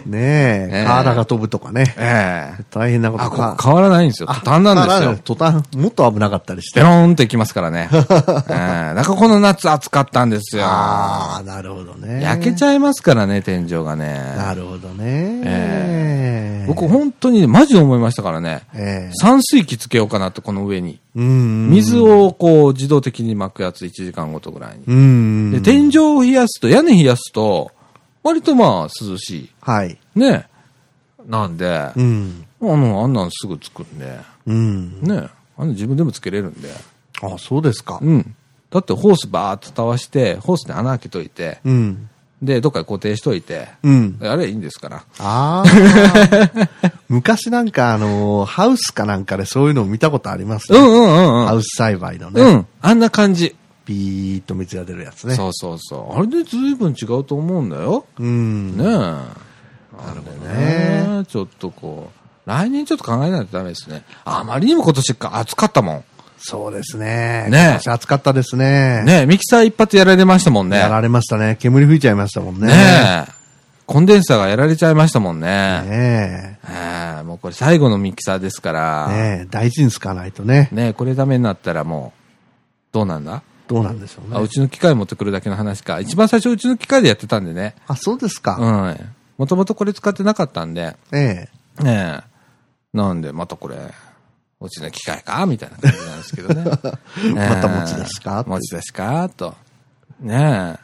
ね。ね
ね
え、
え
カーラが飛ぶとかね。
ええ
大変なこと
あ、ここ
か。
変わらないんですよ。途端なんですよ。
途端、もっと危なかったりし
ペ
て。
ローンっていきますから ね。えーなんかこの夏暑かったんですよ。
ああ、なるほどね。
焼けち
ゃ
ゃいますからね、天井がね。
なるほどね。
僕本当にねマジで思いましたからね。
ええ
散水機つけようかなって、この上に。
うん。
水をこう自動的に巻くやつ1時間ごとぐらいに。
うん。
で、天井を冷やすと、屋根冷やすと、割とまあ涼し
はい。
い。ね。なんで、あ
うん。
の、あんなんすぐつくんで、
うん。
ね。あの自分でもつけれるんで。
あ、そうですか。
うん。だってホースバーっとたわして、ホースで穴開けといて、
うん。
で、どっかに固定しといて、
うん。
あれはいいんですから。
ああ。 昔なんかあのー、ハウスかなんかでそういうのを見たことありま
う
すね。
んうんうんう
ハ
ん。
ウス栽培のね。
うん。あんな感じ。
ピーッと水が出るやつね。
そうそうそう。あれで随分違うと思うんだよ。
う。ん。
ねえ。
なるほどね。
ねえちょっとこう、来年ちょっと考えないとダメですね。あまりにも今年か暑かったもん。
そうですね。
ねえ
今年暑かったですね。
ねえ、ミキサー一発やられましたもんね。
やられましたね。煙吹いちゃいましたもんね。
ねえ。コンデンサーがやられちゃいましたもんね。
ね
ええもうこれ最後のミキサーですから。
え。ねえ。大事に使わないとね。
ねえ、これダメになったらもう、どうなんだ、
どうなんでしょう
あ、う
ね。
ちの機械持ってくるだけの話か。一番最初うちの機械でやってたんでね。
あ、そうです
う
か。
ん。もともとこれ使ってなかったんで、
ええ。
ねえ。なんで、またこれ、うちの機械かみたいな感じなんですけ どね。
また持ち出しか
ええ持ち出しかと。ね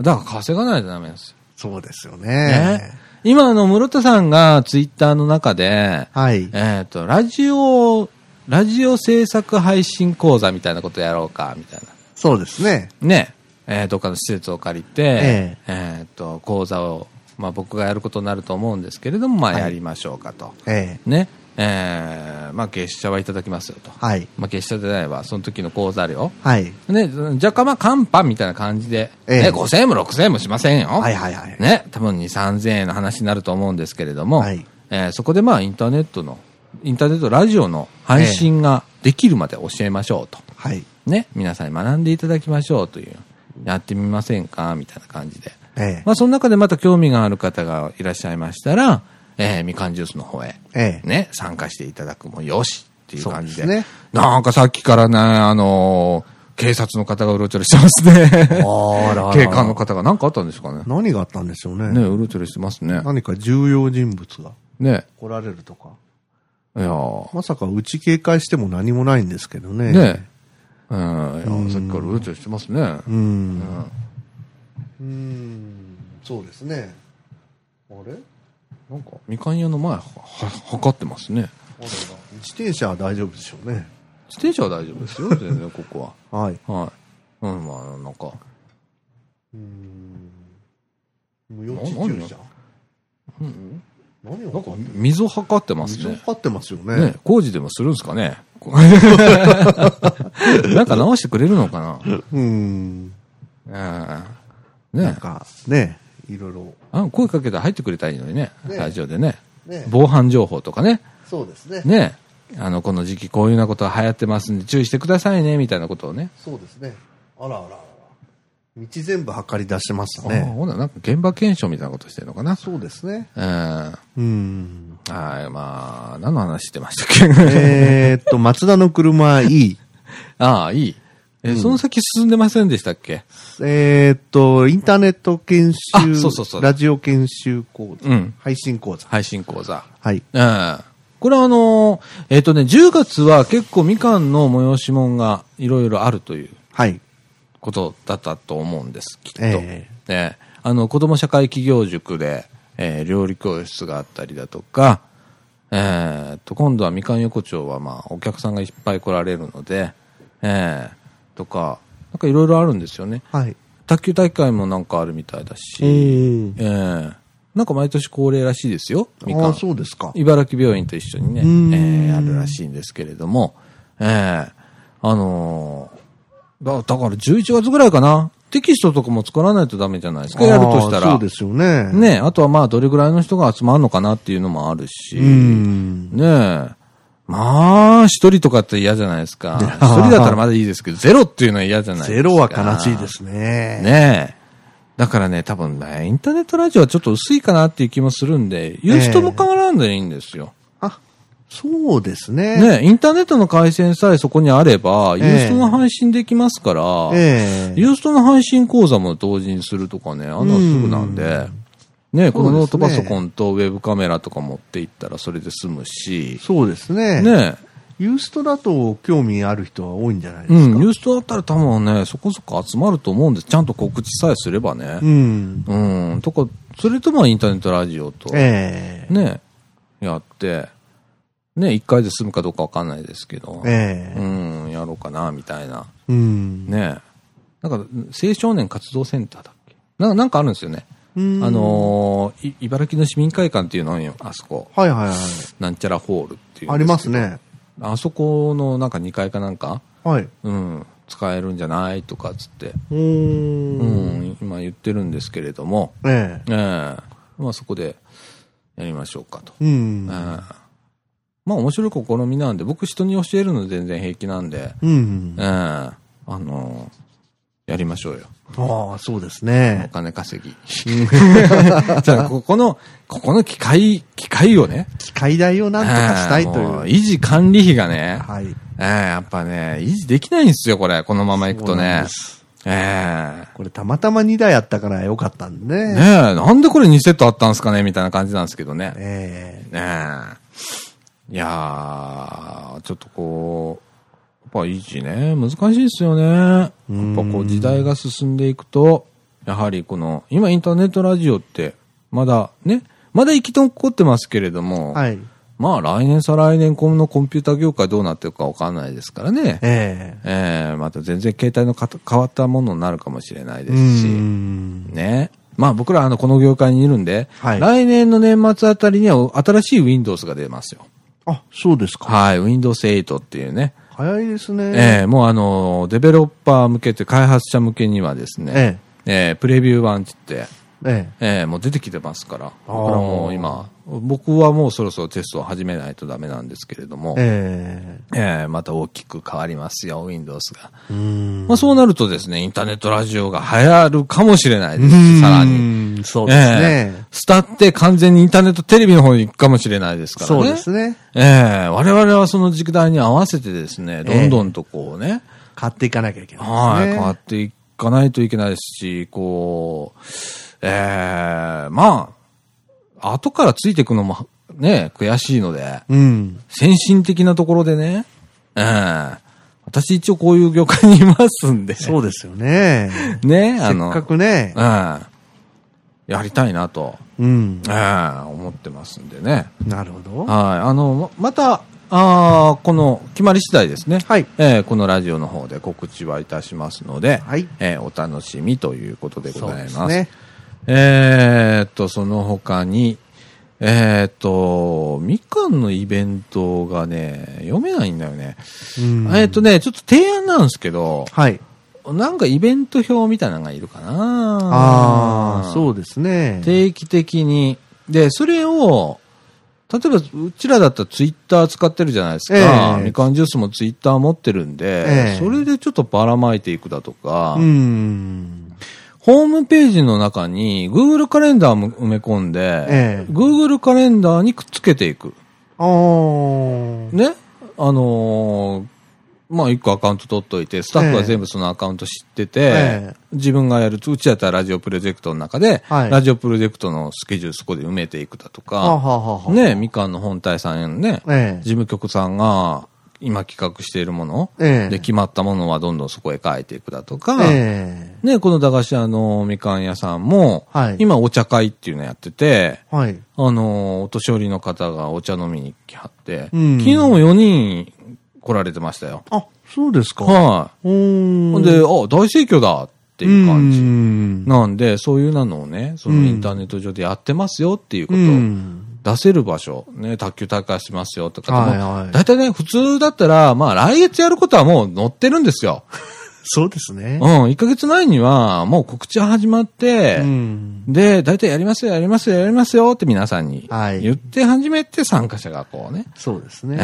え。だから稼がないとダメですよ。
そうですよ
ね
ね。
今、あの、室田さんがツイッターの中で、
はい。
えっ、と、ラジオ、ラジオ制作配信講座みたいなことやろうか、みたいな。
そうですね。
ね、えーどっかの施設を借りて、
え
えーっと、講座を、まあ僕がやることになると思うんですけれども、まあやりましょうかと。
ええ。
ね、えーまあ月謝はいただきますよと。
はい。
まあ月謝でないわ、その時の講座料。
はい。
ね、若干まあカンパみたいな感じで、
ええ
ね、5000円も6000円もしませんよ。
はいはいはい。
ね、多分2、3000円の話になると思うんですけれども、
はい
えーそこでまあインターネットの、インターネットラジオの配信ができるまで教えましょうと。
はい。
ね、皆さんに学んでいただきましょうという、やってみませんかみたいな感じで。
ええ。
まあ、その中でまた興味がある方がいらっしゃいましたら、えー、みかんジュースの方へ、
ええ。
ね、参加していただくもよしっていう感じで。
そうですね
なんかさっきからね、あのー警察の方がうろちょろしてますね。
あらら
警官の方が何かあったんですかね。
何があったんでしょうね。
ね、うろちょろしてますね。
何か重要人物が
ね。
来られるとか。
いやー
まさかうち警戒しても何もないんですけどね。
ねえ。うん、いや
うん
ー、さっきからうろちょろしてますね。
うん
う。ん
うん、そうですね。あれ
なんか、みかん屋の前、は、は、測ってますね。
自転車は大丈夫でしょうね。
自転車は大丈夫ですよ、全 然ここ
はい。
は。はい。うん、まあ、なんか、
うん。無用
地
地
駐車
駐車。
うん、
何
なん
を
か
か、
溝測ってます
水
ね。
かってますよね。
ね工事でもするんですか ね。なんか直してくれるのか
うん。
な。うん
なん
ね
か、ね、いろいろ。
あ声かけて入ってくれたらいいのにね、
ね
ラジオでね。
ね
防犯情報とかね。
そうですね。
ねあの、この時期こういうようなことは流行ってますんで注意してくださいね、みたいなことをね。
そうですね。あらあらあら。道全部測り出してました
あ
ね。
ほんならなんか現場検証みたいなことしてるのかな。
そうですね。
うん。は
うん。
い、まあ、何の話してましたっけ
えーっと、マツダの車 E。
ああ、いい。え、その先進んでませんでしたっけ
えーっと、インターネット研修、
あそうそうそう
ラジオ研修講座、
うん
配信講座。
配信講座。
はい。
ええこれはあのーえっ、とね、10月は結構みかんの催し物がいろいろあるという
はい。
ことだったと思うんです、きっと。
え
ねあの、子供社会企業塾で、えー料理教室があったりだとか、えーっと、今度はみかん横丁はまあ、お客さんがいっぱい来られるので、えーとか、なんかいろいろあるんですよね。
はい。
卓球大会もなんかあるみたいだし、
ん。
えーなんか毎年恒例らしいですよ、み
あ
か
あ、
ん。
そうですか。
茨城病院と一緒にね、えー
ん
あるらしいんですけれども、えーあのーだ、だから11月ぐらいかな、テキストとかも作らないとダメじゃないですか、やるとしたら。
ああそうですよね。。
ねあとはまあどれぐらいの人が集まるのかなっていうのもあるし、
うん。
ねえまあ、一人とかって嫌じゃないです か。一人だったらまだいいですけど、ゼロっていうのは嫌じゃないですか。
ゼロは悲しいですね。。
ねえ。だからね、多分ね、インターネットラジオはちょっと薄いかなっていう気もするんで、言う人も変わらんでいいんですよ。
あ、そうですね。
ね、インターネットの回線さえそこにあれば、
え
ユ
え
ーストの配信できますから、
ええ
ユーストの配信講座も同時にするとかね、あんなのすぐなんで、ね、このノートパソコンとウェブカメラとか持っていったらそれで済むし、
そうですね。
ね、
ユーストだと興味ある人は多いんじゃないで
う
すか。
ん、ユーストだったら多分ね、そこそこ集まると思うんです。ちゃんと告知さえすればね。
うん。
うん、とか、それともインターネットラジオと、
ええ
ね、やって、ね、一回で済むかどうかわかんないですけど、
ええ
うん、やろうかな、みたいな。
うん。
ねえ。なんか、青少年活動センターだっけななんかあるんですよね。
うん
あのーい茨城の市民会館っていうのはあそこ、
はいはいはい。
なんちゃらホールっていう。
あります。ね。
あそこのなんか2階かなんか、
はい。
うん、使えるんじゃないとかっつって、
うー。
うんん、今言ってるんですけれども、
ええ
ええまあそこでやりましょうかと。
うん
ええ。まあ面白い試みなんで、僕人に教えるの全然平気なんで、
うん
ええ。あのーやりましょうよ。
ああ、そうです
お
ね。
金稼ぎ。 じゃあ、ここの、ここの機械、機械をね。
機械代をなんとかしたいと
あーも
いう。
維持管理費がね、
はい。
えーやっぱね、維持できないんですよ、これ。このままいく
そ
と
うなん
ね
で。す
えー
これたまたま2台あったからよかったんで
ねえ、
ね。
なんでこれ2セットあったんですかねみたいな感じなんですけどね。ね
ええ
え。いやー、ちょっとこう、やっぱ維持ね、難しいですよね。やっぱこう時代が進んでいくと、やはりこの、今インターネットラジオって、まだね、まだ生き残ってますけれども、
はい。
まあ来年再来年このコンピューター業界どうなってるかわかんないですからね。
え
えーまた全然携帯のかた変わったものになるかもしれない
え。
で
う
すし。
ん。
ね。まあ僕らあのこの業界にいるんで、
はい
来年の年末あたりには新しい Windows が出ますよ。
あ、そうですか。
はい、Windows 8っていうね。
早いです
え
ね。
えもうあの、デベロッパー向けて開発者向けにはですね、
え
ええプレビュー版って言って、
え。え
ええもう出てきてますから、だからもう今、僕はもうそろそろテストを始めないとダメなんですけれども
え。、え
ええまた大きく変わりますよ、Windows が。
え。うん。
まあそうなるとですね、インターネットラジオが流行るかもしれないですし、さらに。
に。そうです
ええ
ね。
伝って完全にインターネットテレビの方に行くかもしれないですからね。
そうですね。
ええ我々はその時代に合わせてですね、どんどんとこうね、
買っていかなきゃいけな
はいい、
ですね。
変わっていかないといけないですし、こう、ええまあ、後からついていくのもね、悔しいので、
うん。
先進的なところでね、うん。私一応こういう業界にいますんで、
そうですよね。
ね、
せ
あ
っ
の、
かくね。
うん。やりたいなと、
うん
う。ん、思ってますんでね。
なる
は
ほど。
い。あの、ままた、あーこの、決まり次第ですね。
はい。
えーこのラジオの方で告知はいたしますので、
はい
えーお楽しみということでございます。
そうですね
えーっと、その他に、えーっと、みかんのイベントがね、読めないんだよね。
うん
えーっとね、ちょっと提案なんですけど、
はい。
なんかイベント表みたいなのがいるかな
ああ、そううですね。
定期的に。で、それを、例えば、うちらだったらツイッター使ってるじゃないですか。
ええ
みかんジュースもツイッター持ってるんで、
ええ
それでちょっとばらまいていくだとか、
うん。
ホームページの中に Google カレンダーも埋め込んで、
ええ
Google カレンダーにくっつけていく。
ああ。
ねあのーまあ、一個アカウント取っといて、スタッフ
え
は
え
全部そのアカウント知ってて、
ええ
自分がやる、うちだったらラジオプロジェクトの中で、
はい
ラジオプロジェクトのスケジュールそこで埋めていくだと
は
か、
あはあはあはあ。
ね、みかんの本体さんね、
ええ
事務局さんが今企画しているもの、
ええ
で、決まったものはどんどんそこへ書いていくだとか、
ええ
ね、この駄菓子屋のみかん屋さんも、
はい
今お茶会っていうのやってて、
はい。
あのー、お年寄りの方がお茶飲みに来はって、
うん
昨日も4人来られてましたよ。
あ、そうですか。
は
う
い。
ん。
ほんで、あ、大盛況だって
て
いう感じ。
じ。
なんで、そういうなのをね、その
うん
インターネット上でやってますよっていうこ
う
とを
ん。
出せる場所、ね、卓球大会しますよとか、
はい
でも
はい
大体ね、普通だったら、まあ来月やることはもう載ってるんですよ。
そうですね。
うん、1ヶ月前にはもう告知始まって、
うん。
で、大体やりますよ、やりますよ、やりますよって皆さんに
はい
言って始めて参加者がこうね、
そうです
え
ね。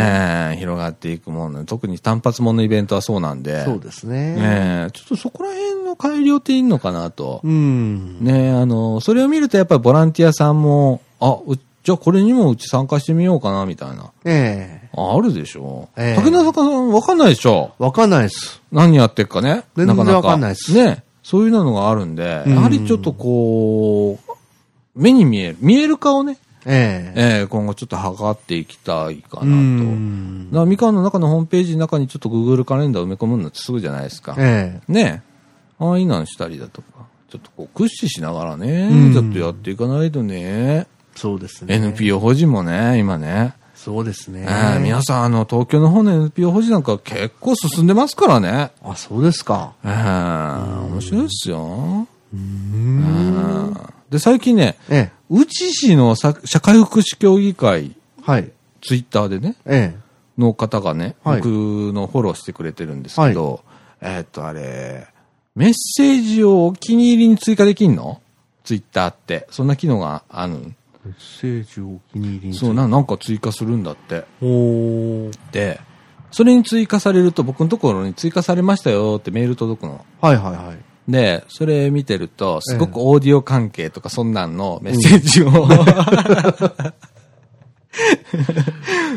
ー広がっていくもの、特に単発ものイベントはそうなんで、
そうです
え
ね。
ーちょっとそこら辺の改良っていいのかなと。
うん。
ねあの、それを見るとやっぱりボランティアさんも、あ、うじゃあこれにもうち参加してみようかな、みたいな。
ええ。
ああるでしょ。
ええ
竹中さんわかんないでしょ。
わかんないです。
何やってっかね。
全然わかんない
で。
ですす
ね。そういうのがあるんで、
うん
やはりちょっとこう、目に見える、見える化をね、
ええ。
えー今後ちょっと測っていきたいかなと。
うん
だからみかんの中のホームページの中にちょっと Google カレンダー埋め込むのってすぐじゃないですか。
ええ。
ねえ。ああ、いいなんしたりだとか。ちょっとこう、駆使しながらね、
うん
ちょっとやっていかないとね。
そうですね。
NPO 法人もね、今ね。
そうですね
え。ー皆さん、あの、東京の方の NPO 法人なんか結構進んでますからね。
あ、そうですか。
ええ面白いっすよ。うんで、最近ね、
ええ。
うち市のさ社会福祉協議会、
はい。
ツイッターでね、
え
の方がね、
はい
僕のフォローしてくれてるんですけど、えーっと、あれ、メッセージをお気に入りに追加できんのツイッターって。そんな機能があるん
え。メッセージをお気に入りに
そうな、なんか追加するんだって。
おー
で、それに追加されると、僕のところに追加されましたよってメール届くの。
はいはいはい。
で、それ見てると、すごくオーディオ関係とかそんなんのメッセージを、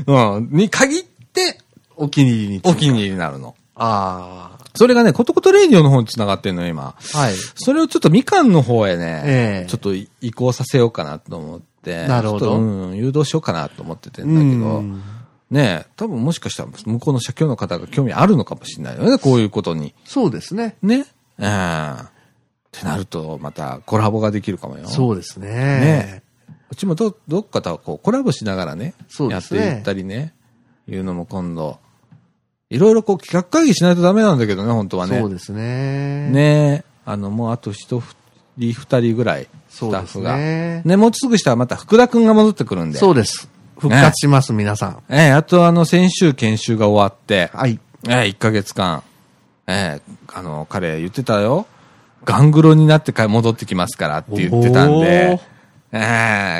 うん、に限って
お気に入りに
お気に入りになるの。
あ
それがね、ことことレイディオの方に繋がってんのよ、今。
あ。はい。
それをちょっとみかんの方へね、
ええ
ちょっと移行させようかなと思って、
なるほど
ちょっとうん、誘導しようかなと思っててんだけど、
うん
ねえ、多分もしかしたら向こうの社協の方が興味あるのかもしれないよね、こういうことに。
そうですね。
ね。うん。ってなると、またコラボができるかもよ。
そうですね。
ねうちもど、どっかとはこうコラボしながらね、
そう
やっ
です
て
ね
いったりね、いうのも今度、いろいろこう企画会議しないとダメなんだけどね、本当はね。
そうですね。。
ねあの、もうあと一人、二人ぐらい、ス
そう
タッ
です
フが。ね
ね。
もうすぐしたらまた福田くんが戻ってくるんで。。
そううです。復活します、皆さん。
ええあとあの、先週研修が終わって、
はい。
ええ、1ヶ月間。ええ、あの、彼言ってたよ。ガングロになってか戻ってきますからって言ってたんで。え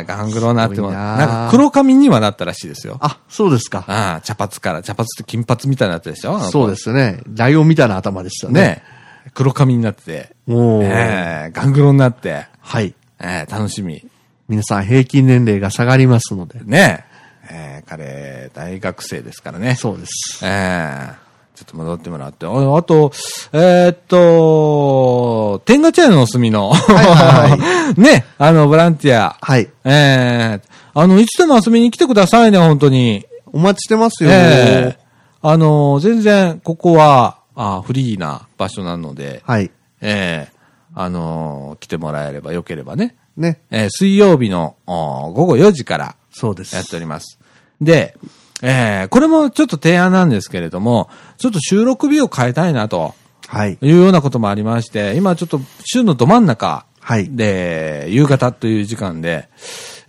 え、ガングロになっても、
すごいな
な
あ
んか黒髪にはなったらしいですよ。あ
あ、そうですか。
あ、茶髪から、茶髪って金髪みたいになったでしょ。
そうですすね。ライオンみたいな頭でしたね。
ねえ黒髪になってて、
もう、
ええ、ガングロになって、
はい。
ええ、楽しみ。
皆さん平均年齢が下がりますので。
ねえ、えー彼、大学生ですからね。
そうです。
えーちょっと戻ってもらって。ああと、えーっと、天下茶屋のお墨の、
は
ね、あの、ボランティア、
はい。
えーあの、いつでも遊びに来てくださいね、本当に。
お待ちしてますよ。
ええあの、全然、ここは、あフリーな場所なので、
はい。
ええあの来てもらえれば、よければね。
ね。
ええ水曜日のお午後4時から
そうです。
やっております。で、ええこれもちょっと提案なんですけれども、ちょっと収録日を変えたいなと。
はい。
いうようなこともありまして、今ちょっと週のど真ん中
はい
で、夕方という時間で、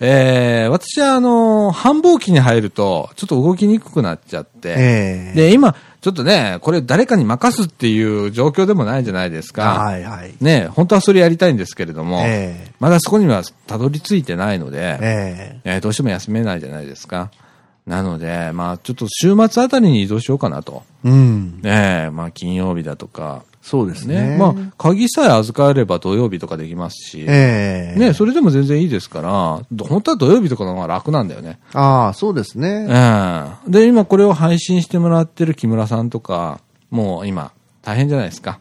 えー、私はあの、繁忙期に入ると、ちょっと動きにくくなっちゃって、
ええ
で、今、ちょっとね、これ誰かに任すっていう状況でもないじゃないですか。
はいはい。
ね、本当はそれやりたいんですけれども、
ええ
まだそこにはたどり着いてないので、
ええ
えーどうしても休めないじゃないですか。なので、まあちょっと週末あたりに移動しようかなと。
うん。
ねえ、まあ金曜日だとか、
そうですね。
ね、まあ、鍵さえ預かれば土曜日とかできますし、
ええ
ね、それでも全然いいですから、ど本当は土曜日とかの方が楽なんだよね。
ああ、そうです
う
ね。
ん。で、今これを配信してもらってる木村さんとか、もう今、大変じゃないですか。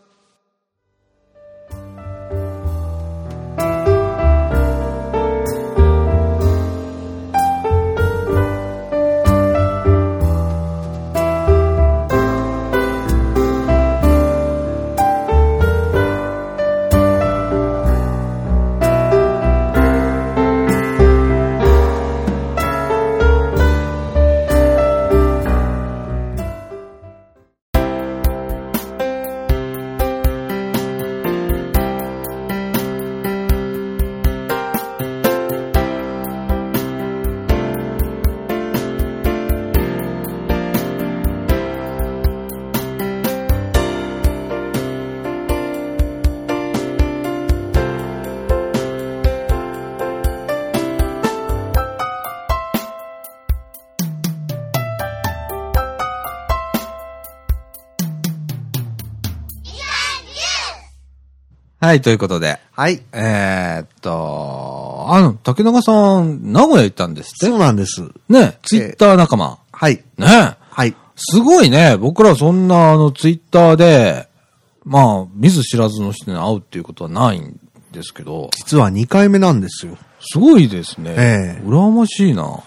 はい、ということで。
はい。
えー、っと、あの、竹中さん、名古屋行ったんですって
そうなんです。
ね、ツイッター仲間。
はい。
ね。
はい。
すごいね。僕らそんな、あの、ツイッターで、まあ、見ず知らずの人に会うっていうことはないんですけど、
実は2回目なんですよ。
すごいですね。
ええ
羨ましいな。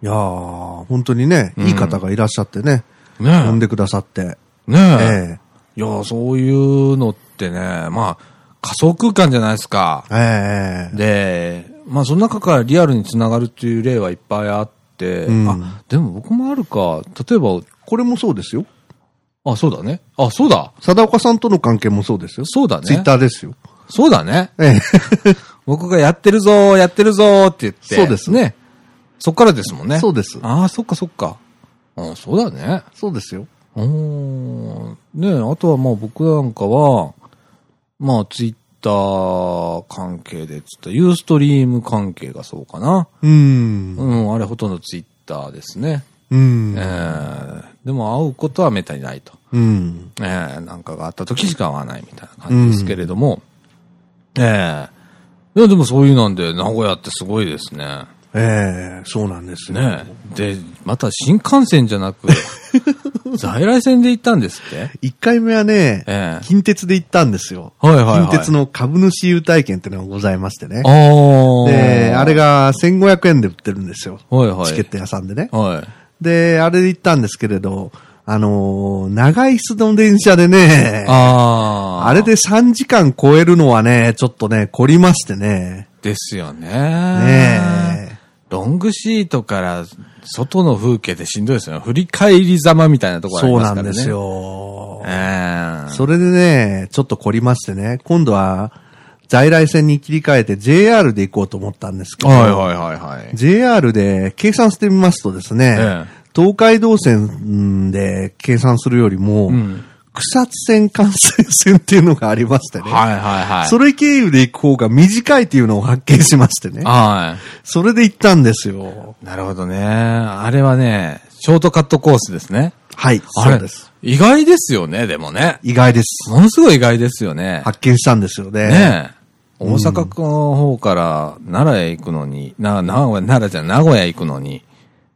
いやー、本当にね、いい方がいらっしゃってね、
ね
呼んでくださって。
ねえ。
え
いや、そういうのってね、まあ、仮想空間じゃないですか。
えええ
で、まあ、その中からリアルにつながるっていう例はいっぱいあって、
ん
あ、でも僕もあるか。例えば、
これもそうですよ。
あ、そうだね。あ、そうだ。
貞岡さんとの関係もそうですよ。
そうだね
ツイッターですよ。
そうだ ね。
ええ。
僕がやってるぞー、やってるぞーって言って。
そうです
ね。そっからですもんね。
そうです
ああ、そっかそっか。うん、そうだね。
そうですよ。
うーん。ねあとはまあ僕なんかは、まあツイッター関係で、つったらユーストリーム関係がそうかな。
うーん。
うん、あれほとんどツイッターですね。
うーん
え。ーでも会うことはめったにないと。
うん。
えーなんかがあった時しか会わないみたいな感じですけれども。えーいや、でもそういうなんで、名古屋ってすごいですね。
ええ、そうなんですよ。
ねえ。で、また新幹線じゃ なく、在来線で行ったんですって
1回目はね、
ええ
近鉄で行ったんですよ。
はいはいはい
近鉄の株主優待券っていうのがございましてね。
ああ。
で、あれ。が1500円で売ってるんですよ。
はいはい。
チケット屋さんでね。
はい。
で、あれで行ったんですけれど、あのー長い椅子の電車でね、あ
ああ。
れで3時間超えるのはね、ちょっとね、凝りましてね。
ですよね。
ねえ
ロングシートから外の風景ってしんどいですよね。振り返りざまみたいなところあり
そう
ます
な
から
ん
ね。
です。よ
え。え
それでね、ちょっと凝りましてね、今度は在来線に切り替えて JR で行こうと思ったんですけど、
はいはいはいはい。
JR で計算してみますとですね、
ええ
東海道線で計算するよりも、
ん
草津線関西線っていうのがありましてね。
はいはいはい。
それ経由で行く方が短いっていうのを発見しましてね。
は
それで行ったんですよ。
い。なるほどね。あれはね、ショートカットコースですね。
はい、
あれ
そうです。。
意外ですよね、でもね。
意外です。
ものすごい意外ですよね。
発見したんですよね。
ねえ。大阪の方から奈良へ行くのに、な、名古屋、奈良じゃない名古屋行くのに、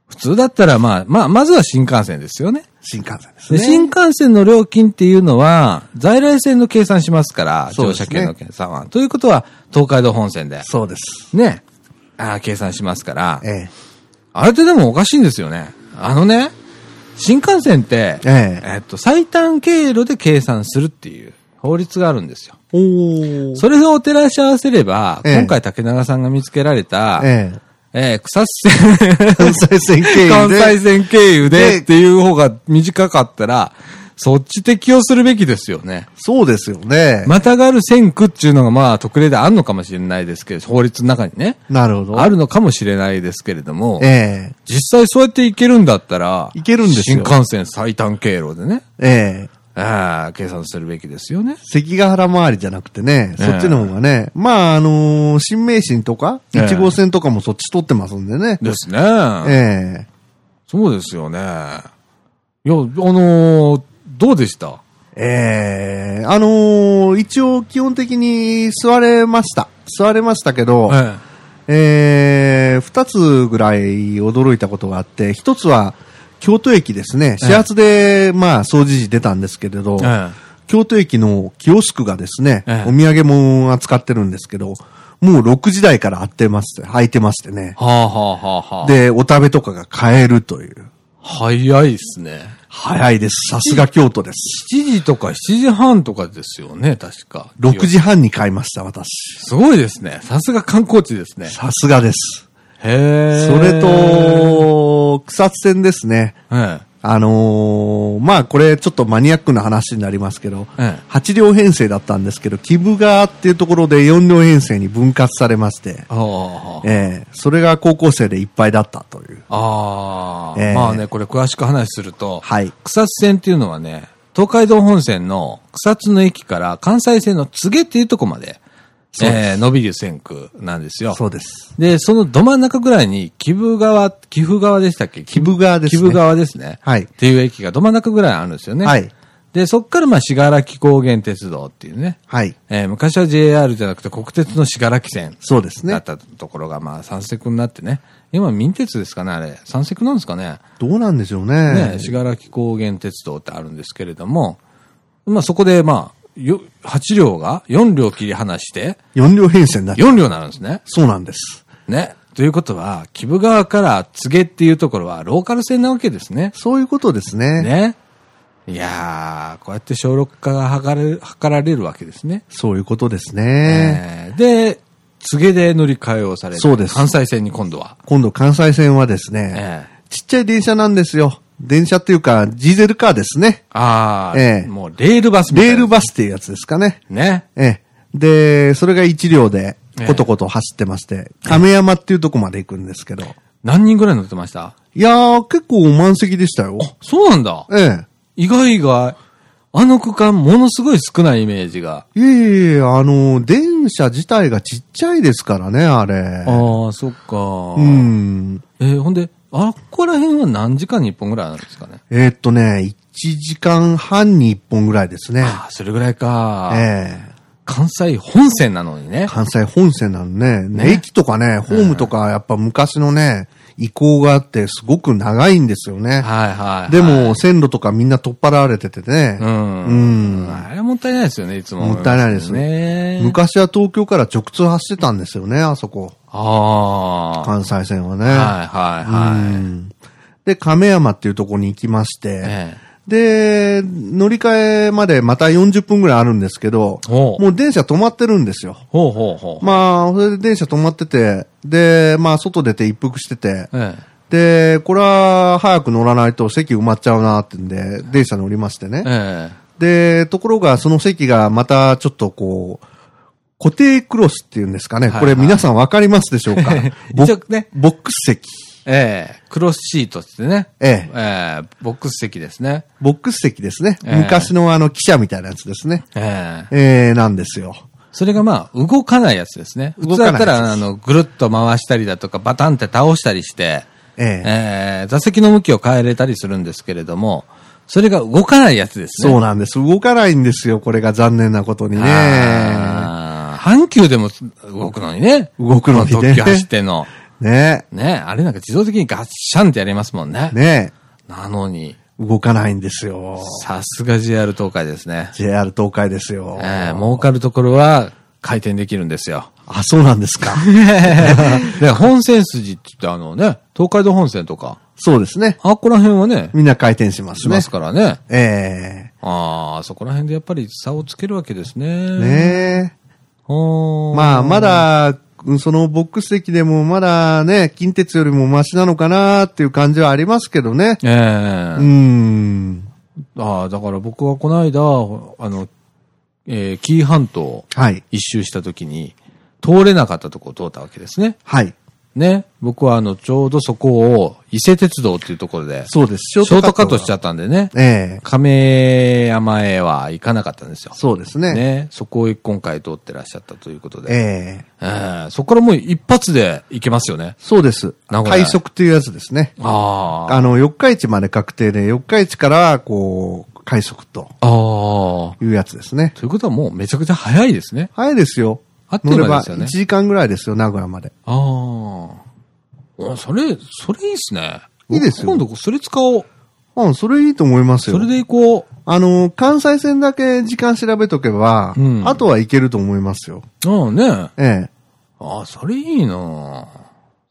普通だったらまあ、まあ、まずは新幹線ですよね。
新幹線です
で
ね。
新幹線の料金っていうのは、在来線の計算しますから、
そう
乗
です
車
ね
券の計算は。ということは、東海道本線で、
そうです。
ね、あー計算しますから、
ええ。
あれってでもおかしいんですよね。あのね、新幹線って、
ええ
っと、最短経路で計算するっていう法律があるんですよ。
おー。
それを照らし合わせれば、
ええ
今回竹永さんが見つけられた、え
ええ。
ー草津線、
関西線経由
関
で。
西線経由で
で
っていう方が短かったら、そっち適用するべきですよね。
そうですよね。
またがる線区っていうのがまあ特例であるのかもしれないですけど、法律の中にね。
なるほど。
あるのかもしれないですけれども、
え
実際そうやって行けるんだったら、
行けるんですよ
新幹線最短経路でね、
え。ええ。
ああ、計算するべきですよね。
関ヶ原周りじゃなくてね、
ええ
そっちの方がね、まあ、あのー新名神とか、
ええ
1号線とかもそっち取ってますんでね。
ですね。
ええ。
そうですよね。いや、あのーどうでした
ええあのー一応基本的に座れました。座れましたけど、
え
ええ二つぐらい驚いたことがあって、一つは京都駅ですね。始発で、まあ、掃除時出たんですけれど、
え
京都駅のキオスクがですね、
ええ
お土産物扱ってるんですけど、もう6時台から開ってまして、開いてましてね。
はあはあはあはあ。、
で、お食べとかが買えるという。
早いですね。
早いです。さすが京都です。
7時とか7時半とかですよね、確か。
6。時半に買いました、私。
すごいですね。さすが観光地ですね。
さすがです。
へえ。
それ、と、草津線ですね。
え
あのーまあこれちょっとマニアックな話になりますけど、
ええ
8両編成だったんですけど、木部川っていうところで4両編成に分割されまして
え、はあはあ。
ええそれが高校生でいっぱいだったという。
ああ、
ええ
まあね、これ詳しく話すると、
はい
草津線っていうのはね、東海道本線の草津の駅から関西線の柘植っていうとこまで、
そうです
えー伸びる線区なんですよ。
そうです。
で、そのど真ん中ぐらいに、木部川、木部川でしたっけ木
木部川ですね
木部川ですね。
はい
っていう駅がど真ん中ぐらいあるんですよね。
はい。
で、そっからまあ、信楽高原鉄道っていうね、
はい。
えー昔は JR じゃなくて国鉄の信楽線
そうです
だ
ね
っ。たところが、まあ、三石になってね、今民鉄ですかね、あれ、三石なんですかね。
どうなんでしょう
ね
ね。、
信楽高原鉄道ってあるんですけれども、まあそこでまあ、よ8両が4両切り離して、
4両編成になって
4両になるんですね。
そうなんです。
ね。ということは、木部川から柘植っていうところはローカル線なわけですね。
そういうことですね。
ね。いやー、こうやって小6化が図れ図られるわけですね。
そういうことですね。
えーで、柘植で乗り換えをされる。
そうです
関西線に今度は。
今度関西線はですね、
ええ
ちっちゃい電車なんですよ。電車っていうか、ディーゼルカーですね。
あー、
ええ
もうレールバスみたいな。
レールバスっていうやつですかね。
ね。
ええ。で、それが1両で
ええ、
コトコト走ってまして、亀山っていうとこまで行くんですけど。
何人ぐらい乗ってました
いやー、結構満席でしたよ。
そうなんだ。
ええ。
意外意外。あの区間、ものすごい少ないイメージが。
いえいえいえ、あの、電車自体がちっちゃいですからね、あれ。
ああ、そっか。
うん。
えーほんで、あっこら辺は何時間に1本ぐらいあるんですかね。
えーっとね、1時間半に1本ぐらいですね。
ああ、それぐらいか。
え
関西本線なのに
え
ね。
関西本線なのね
ね
駅とかね、ホームとか、やっぱ昔のね、移行があって、すごく長いんですよね。
はいはい。
で、も、線路とかみんな取っ払われててね
う、ん。
うん
あれはもったいないですよね、いつも、
もったいないです
ね。
昔は東京から直通走ってたんですよね、あそこ。
あ
関西線はね。
あ。はいはいは
う
い。
んで、亀山っていうとこに行きまして、
え
で、乗り換えまでまた40分ぐらいあるんですけど、
ほう
もう電車止まってるんですよ。
ほうほうほう。
まあ、それで電車止まってて、で、まあ、外出て一服してて、
え
で、これは早く乗らないと席埋まっちゃうなってんで、電車乗りまして
え。え
ね。
え。
で、ところがその席がまたちょっとこう、固定クロスっていうんですかね。
はい
これ皆さんわかりますでしょう かボ
一応ね
ボックス席。
ええ。クロスシートってね。
ええ
ええ。ボックス席ですね。
ボックス席ですね。
ええ
昔のあの記者みたいなやつですね。
ええ。
えー、なんですよ。
それがまあ、動かないやつですね。普
動
通だっ
かないや
た
つ
ら、あの、ぐるっと回したりだとか、バタンって倒したりして、
ええ
えー座席の向きを変えれたりするんですけれども、それが動かないやつですね。
そうなんです。動かないんですよ。これが残念なことにね。
あー阪急でも動くのにね。
動くのにね
こ特急走ってんの。
ね
ねあれなんか自動的にガッシャンってやりますもんね。
ね
なのに、
動かないんですよ。
さすが JR 東海ですね。
JR 東海ですよ。
えー儲かるところは回転できるんです よ。
あ、そうなんで すか。
で、本線筋って言ってあのね、東海道本線とか、
そうですね。
あ、ここら辺はね、
みんな回転します
し
ね
ま。すからね。
え
ああ、そこら辺でやっぱり差をつけるわけですね。
えねえ。
ほー
まあ、まだ、うんそのボックス席でもまだね、近鉄よりもマシなのかなっていう感じはありますけどね。
ええ
うーん。
ああ、だから僕はこの間、あの、えー紀伊半島を
はい。
一周した時に、通れなかったとこを通ったわけですね。
はい。
ね。僕はあの、ちょうどそこを伊勢鉄道っていうところで、
そうです。
ショートカットしちゃ
っ
ったんでね。
た。ええ
亀山へは行かなかったんですよ。
そうですね。
ね。そこを今回通ってらっしゃったということで。
ええ
ええそこからもう一発で行けますよね。
そうです。
名古屋
快速っていうやつですね。
ああ。
あの、四日市まで確定で、四日市から、こう、快速と
ああ。
いうやつですね。
ということはもうめちゃくちゃ早いですね。
早いですよ。
あっとい
乗
う
れ
間
ば
ですよね
1時間ぐらいですよ、名古屋まで。
ああ。おそれ、それいいっすね。
いいですよ
今度それ使おう。
うん、それいいと思いますよ。
それで行こ
あの、関西線だけ時間調べとけば、
うん
あとはいけると思いますよ。
う。ああね。あ
ええ。
あ、それいいな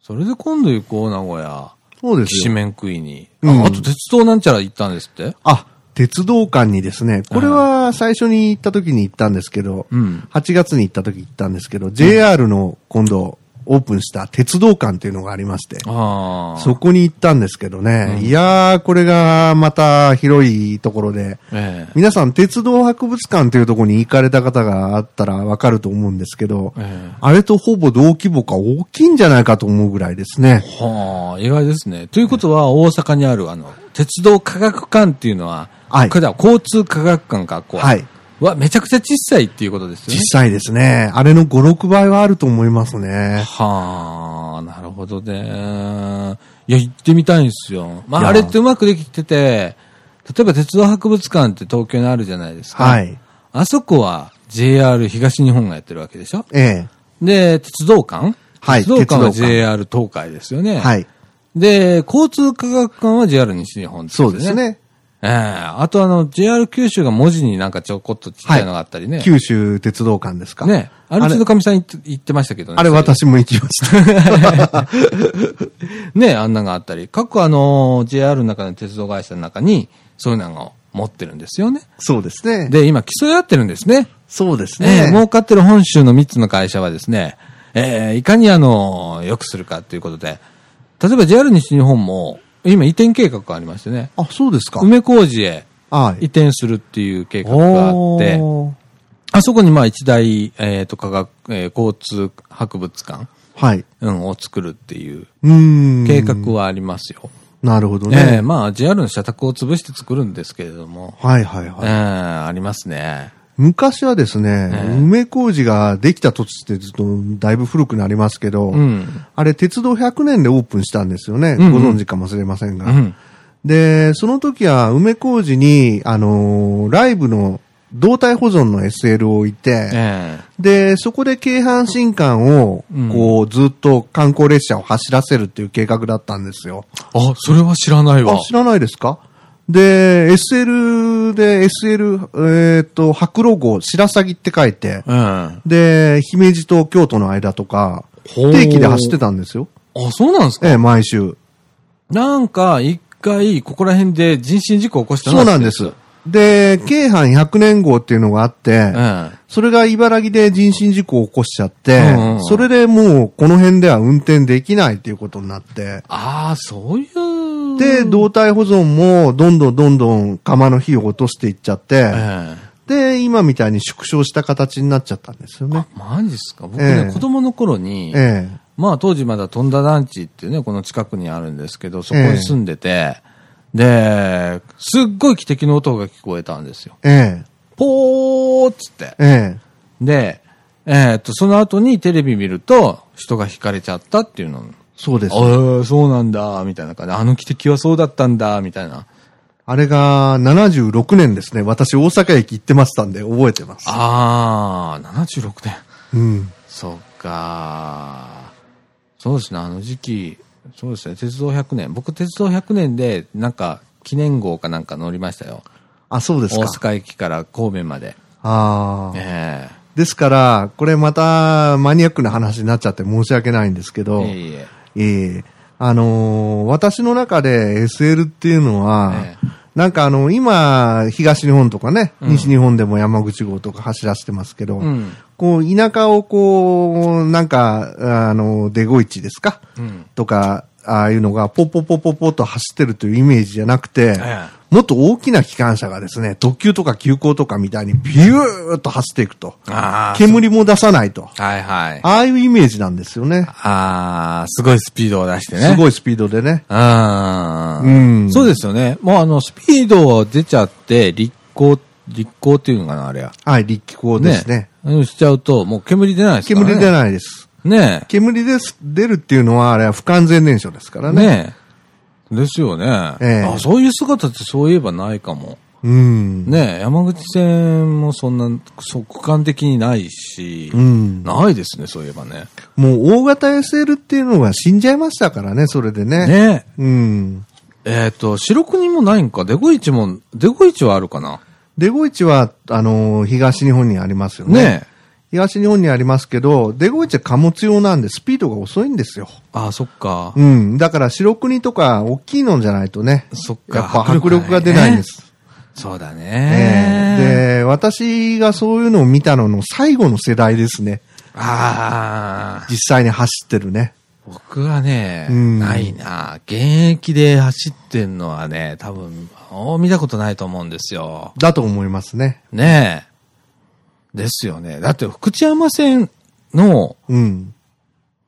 それで今度行こう、名古屋。
そうで
き
す
し
よ。
めん食いに。
うん
ああと鉄道なんちゃら行ったんですって
あ、鉄道館にですね、これは最初に行った時に行ったんですけど、
うん。
8月に行った時行ったんですけど、JR の今度オープンした鉄道館っていうのがありまして、
ああ。
そこに行ったんですけどね、
うん
いやー、これがまた広いところで、
ええ。
皆さん鉄道博物館というところに行かれた方があったらわかると思うんですけど、
え
あれとほぼ同規模か大きいんじゃないかと思うぐらいですね。
え。はあ、意外ですね。ということは、大阪にある、あの、鉄道科学館っていうのは、
はい
これだ、交通科学館か、こう。
はい。
わ、めちゃくちゃ小さいっていうことですよね。
実際ですね、あれの5、6倍はあると思いま すね。
はあ、なるほどね。いや、行ってみたいんですよ。ま
い
あ、
や
あれってうまくできてて、例えば鉄道博物館って東京にあるじゃないですか。
はい。
あそこは JR 東日本がやってるわけでしょ
え
で、鉄道館
はい
鉄道館は
鉄道館
JR 東海ですよ
え
ね。
はい。
で、交通科学館は JR 西日本
そうです。ね。
ええあとあの、JR 九州が文字になんかちょこっとちっちゃいのがあったりね。
九州鉄道館ですか。
ね。あれ、
あ
ちょっと
れ、
かみさん言って言ってましたけどね。
あれ私も行きました。
ね、あんなのがあったり。各あの、JR の中の鉄道会社の中に、そういうのを持ってるんですよね。
そうですね。
で、今競い合ってるんですね。
そうです
ね
ね。
儲かってる本州の3つの会社はですね、えーいかにあの、良くするかということで、例えば JR 西日本も、今移転計画がありましてね、
あ、そうですか。
梅小路へ
は
移
い。
転するっていう計画があって、
おー
あそこにまあ一大、えっ、と、科学、えー交通博物館、
はい。
うん、を作るっていう
うーん。
計画はありますよ。
なるほど
ええ
ね。
まあ JR の社宅を潰して作るんですけれども、
はいはい
ええ
はい。
ありますね。
昔はですね、
ええ
梅工事ができた土地ってずっとだいぶ古くなりますけど、
うん
あれ鉄道100年でオープンしたんですよね。
うんうん
ご存知かもしれませんが。
うん。
で、その時は梅工事に、あのーライブの動体保存の SL を置いて、
え
で、そこで京阪新幹を、こう、ずっと観光列車を走らせるっていう計画だったんですよ。
えあ、それは知らないわ。
あ、知らないですかで、SL で SL、えっ、と、白露号、白鷺って書いて、
うん。
で、姫路と京都の間とか、
ほう
不定期で走ってたんですよ。
あ、そうなんですか
ええ、毎週。
なんか、一回、ここら辺で人身事故を起こしたの
そう
は
な
知
んで
って
す
る。
で、京阪100年号っていうのがあって、
うん。
それが茨城で人身事故を起こしちゃって、
うんうん
それでもうこの辺では運転できないっていうことになって、
ああ、そういう。
で、
う、
動体保存もどんどんどんどん釜の火を落としていっちゃって、
ええ
で、今みたいに縮小した形になっちゃったんですよね。
マジっすか僕ね、
ええ
子供の頃に、
ええ。
まあ当時まだ富田団地っていうね、この近くにあるんですけど、そこ
え
に
え
住んでて、で、すっごい汽笛の音が聞こえたんですよ。
え
ポーっつって
え。。ええ。
で、えーっと、その後にテレビ見ると、人が惹かれちゃったっていうの。
そうです。
ああ、そうなんだ、みたいな感じ。あの汽笛はそうだったんだ、みたいな。
あれが76年ですね。私大阪駅行ってましたんで覚えてます。
ああ、76年。
うん。
そっかそうですね、あの時期、そうですね、鉄道100年。僕、鉄道100年で、なんか、記念号かなんか乗りましたよ。
あ、そうです
大
か。
阪駅から神戸まで。
ああ。
え
ですから、これまたマニアックな話になっちゃって申し訳ないんですけ
え
ど、
いえいえ。
ええあのー私の中で SL っていうのは、
え
なんかあの、今、東日本とかね、
うん
西日本でも山口号とか走らせてますけど、
うん
こう、田舎をこう、なんか、あの、デゴイチですか、
うん。
とか、ああいうのが、ポッポッポッポッポッと走ってるというイメージじゃなくて、
え
もっと大きな機関車がですね、特急とか急行とかみたいにビューッと走っていくと。
ああ。
煙も出さないと。
はいはい。あ
ああいうイメージなんですよね。
あー、すごいスピードを出してね。
す
い。
ごいスピードでね。
ああ。
うん
そうですよね。もうあの、スピード出ちゃって、立行、立行っていうのかな、あれや。
はい、立候ですね。
うんしちゃうと、もう煙出ないですからね。
煙出ないです。
ねえ。
煙です、出るっていうのは、あれは不完全燃焼ですからね。
ねえ。ですよね。
ええ
あそういう姿ってそういえばないかも。
うん。
ねえ、山口線もそんな、そう区間的にないし、
うん
ないですね、そういえばね。
もう大型 SL っていうのが死んじゃいましたからね、それでね。
ね
うん。
え。えっ、と、白国もないんか、デゴイチも、デゴイチはあるかな。
デゴイチは、あのー東日本にありますよね。
ねえ
東日本にありますけど、デゴイチは貨物用なんでスピードが遅いんですよ。
ああ、そっか。
うん。だから白国とか大きいのじゃないとね。
そっか。
やっぱ迫力が出ないんで
ね。
す。
そうだね
ええで、私がそういうのを見たのの最後の世代ですね。
ああ。
実際に走ってるね。
僕はね、
うん
ないな。現役で走ってんのはね、多分、もう見たことないと思うんですよ。
だと思いますね。
ねえ。ですよね。だって、福知山線の
うん。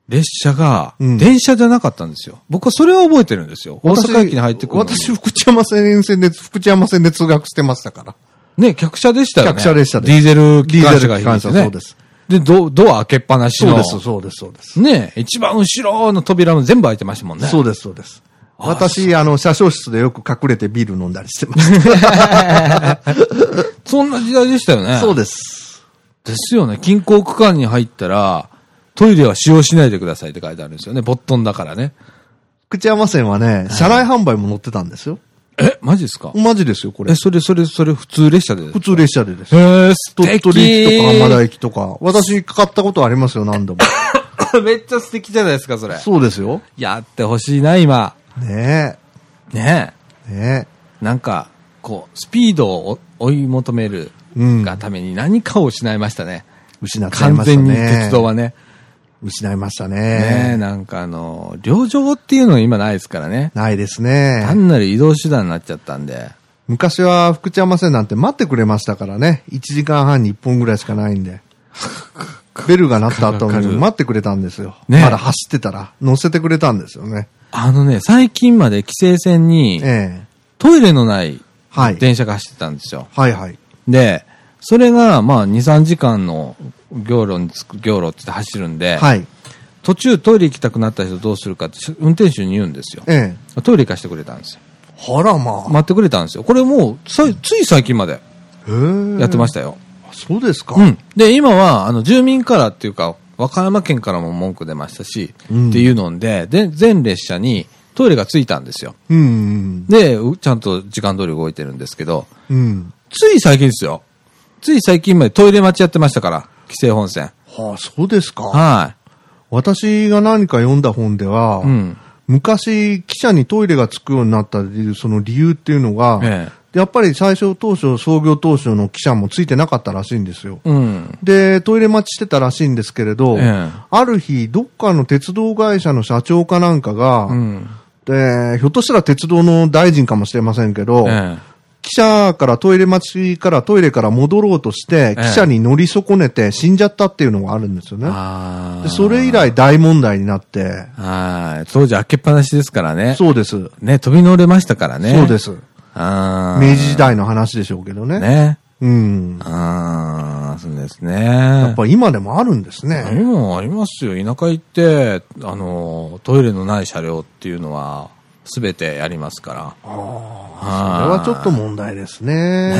列車が、
うん
電車じゃなかったんですよ。僕はそれは覚えてるんですよ。大阪駅に入ってくるのに。
私、私福知山線線で、福知山線で通学してましたから。
ね、客車でしたよね。
客車でした
ディーゼル機関車が
ディーゼル機
引いて
関車
ね。
そうです。
で、ドドア開けっぱなしの。
そうです、そうです。
ねえ一番後ろの扉も全部開いてましたもんね。
そうです、そうです。私、あの、車掌室でよく隠れてビール飲んだりしてました。
そんな時代でしたよね。
そう
で
です。
すよね。均衡区間に入ったら、トイレは使用しないでくださいって書いてあるんですよね。ボットンだからね。
口山線はね、車内販売も乗ってたんですよ。
え、マジですか
マジですよ、これ
え、。それ、それ、それ、普通列車でです
普通列車でです。
へえ、素
鳥
敵
取とか浜田駅とか。私、かかったことありますよ、何度も。
めっちゃ素敵 じゃないですか、それ。
そうですよ。
やってほしいな、今。
ね
ね
え。ね
え。なんか、こう、スピードを追い求める
うん
がために何かを失いましたね。
え。失っちゃい
完
ました
全
ね。
に鉄道はね。
失いました
ねえ、
ね。
なんかあの、両上っていうのは今ないですからね。
ないですね。
単なる移動手段になっちゃったんで。
昔は福知山線なんて待ってくれましたからね。1時間半に1本ぐらいしかない んで。ベルが鳴った後
わかる
に待ってくれたんですよ。
ね
まだ走ってたら乗せてくれたんですよね。
あのね、最近まで規制線に
ええ。
トイレのない
はい。
電車が走ってたんですよ。
はいはい。
で、それがまあ2、3時間の行路につく、行路って走るんで、
はい。
途中トイレ行きたくなった人どうするかって運転手に言うんですよ。
ええ。
トイレ行かしてくれたんですよ。
はらま
待ってくれたんですよ。これもう、さつい最近まで
へえ。。
やってましたたよ。
そうですか。
うん。で、今は、あの、住民からっていうか、和歌山県からも文句出ましたし、
うん
っていうので、で、全列車にトイレがついたんですよ。
うん。
で、うちゃんと時間通り動いてるんですけど、
うん。
つい最近ですよ。つい最近までトイレ待ちやってましたから、規制本線。
はあ、そうですか。
は
私が何か読んだ本では、
い。うん。
昔、記者にトイレがつくようになった理由その理由っていうのが、
え
やっぱり最初当初、創業当初の記者もついてなかったらしいんですよ。
え。うん。
で、トイレ待ちしてたらしいんですけれど、
ええ
ある日、どっかの鉄道会社の社長かなんかが、
うん。
でひょっとしたら鉄道の大臣かもしれませんけど、
え
記者からトイレ待ちからトイレから戻ろうとして、
ええ
記者に乗り損ねて死んじゃったっていうのがあるんですよ
え。
ね。
あ
で
あ。
それ以来大問題になって、
はい。当時開けっぱなしですからね。
そうです。
ね、飛び乗れましたからね。。
そうですす。
ああ。
明治時代の話でしょうけどね。
ね。
うん。
ああ、そうですね。
やっぱ今でもあるんですね。
今ありますよ。田舎行って、あの、トイレのない車両っていうのは、すべてやりますから。
それはちょっと問題ですね。
ね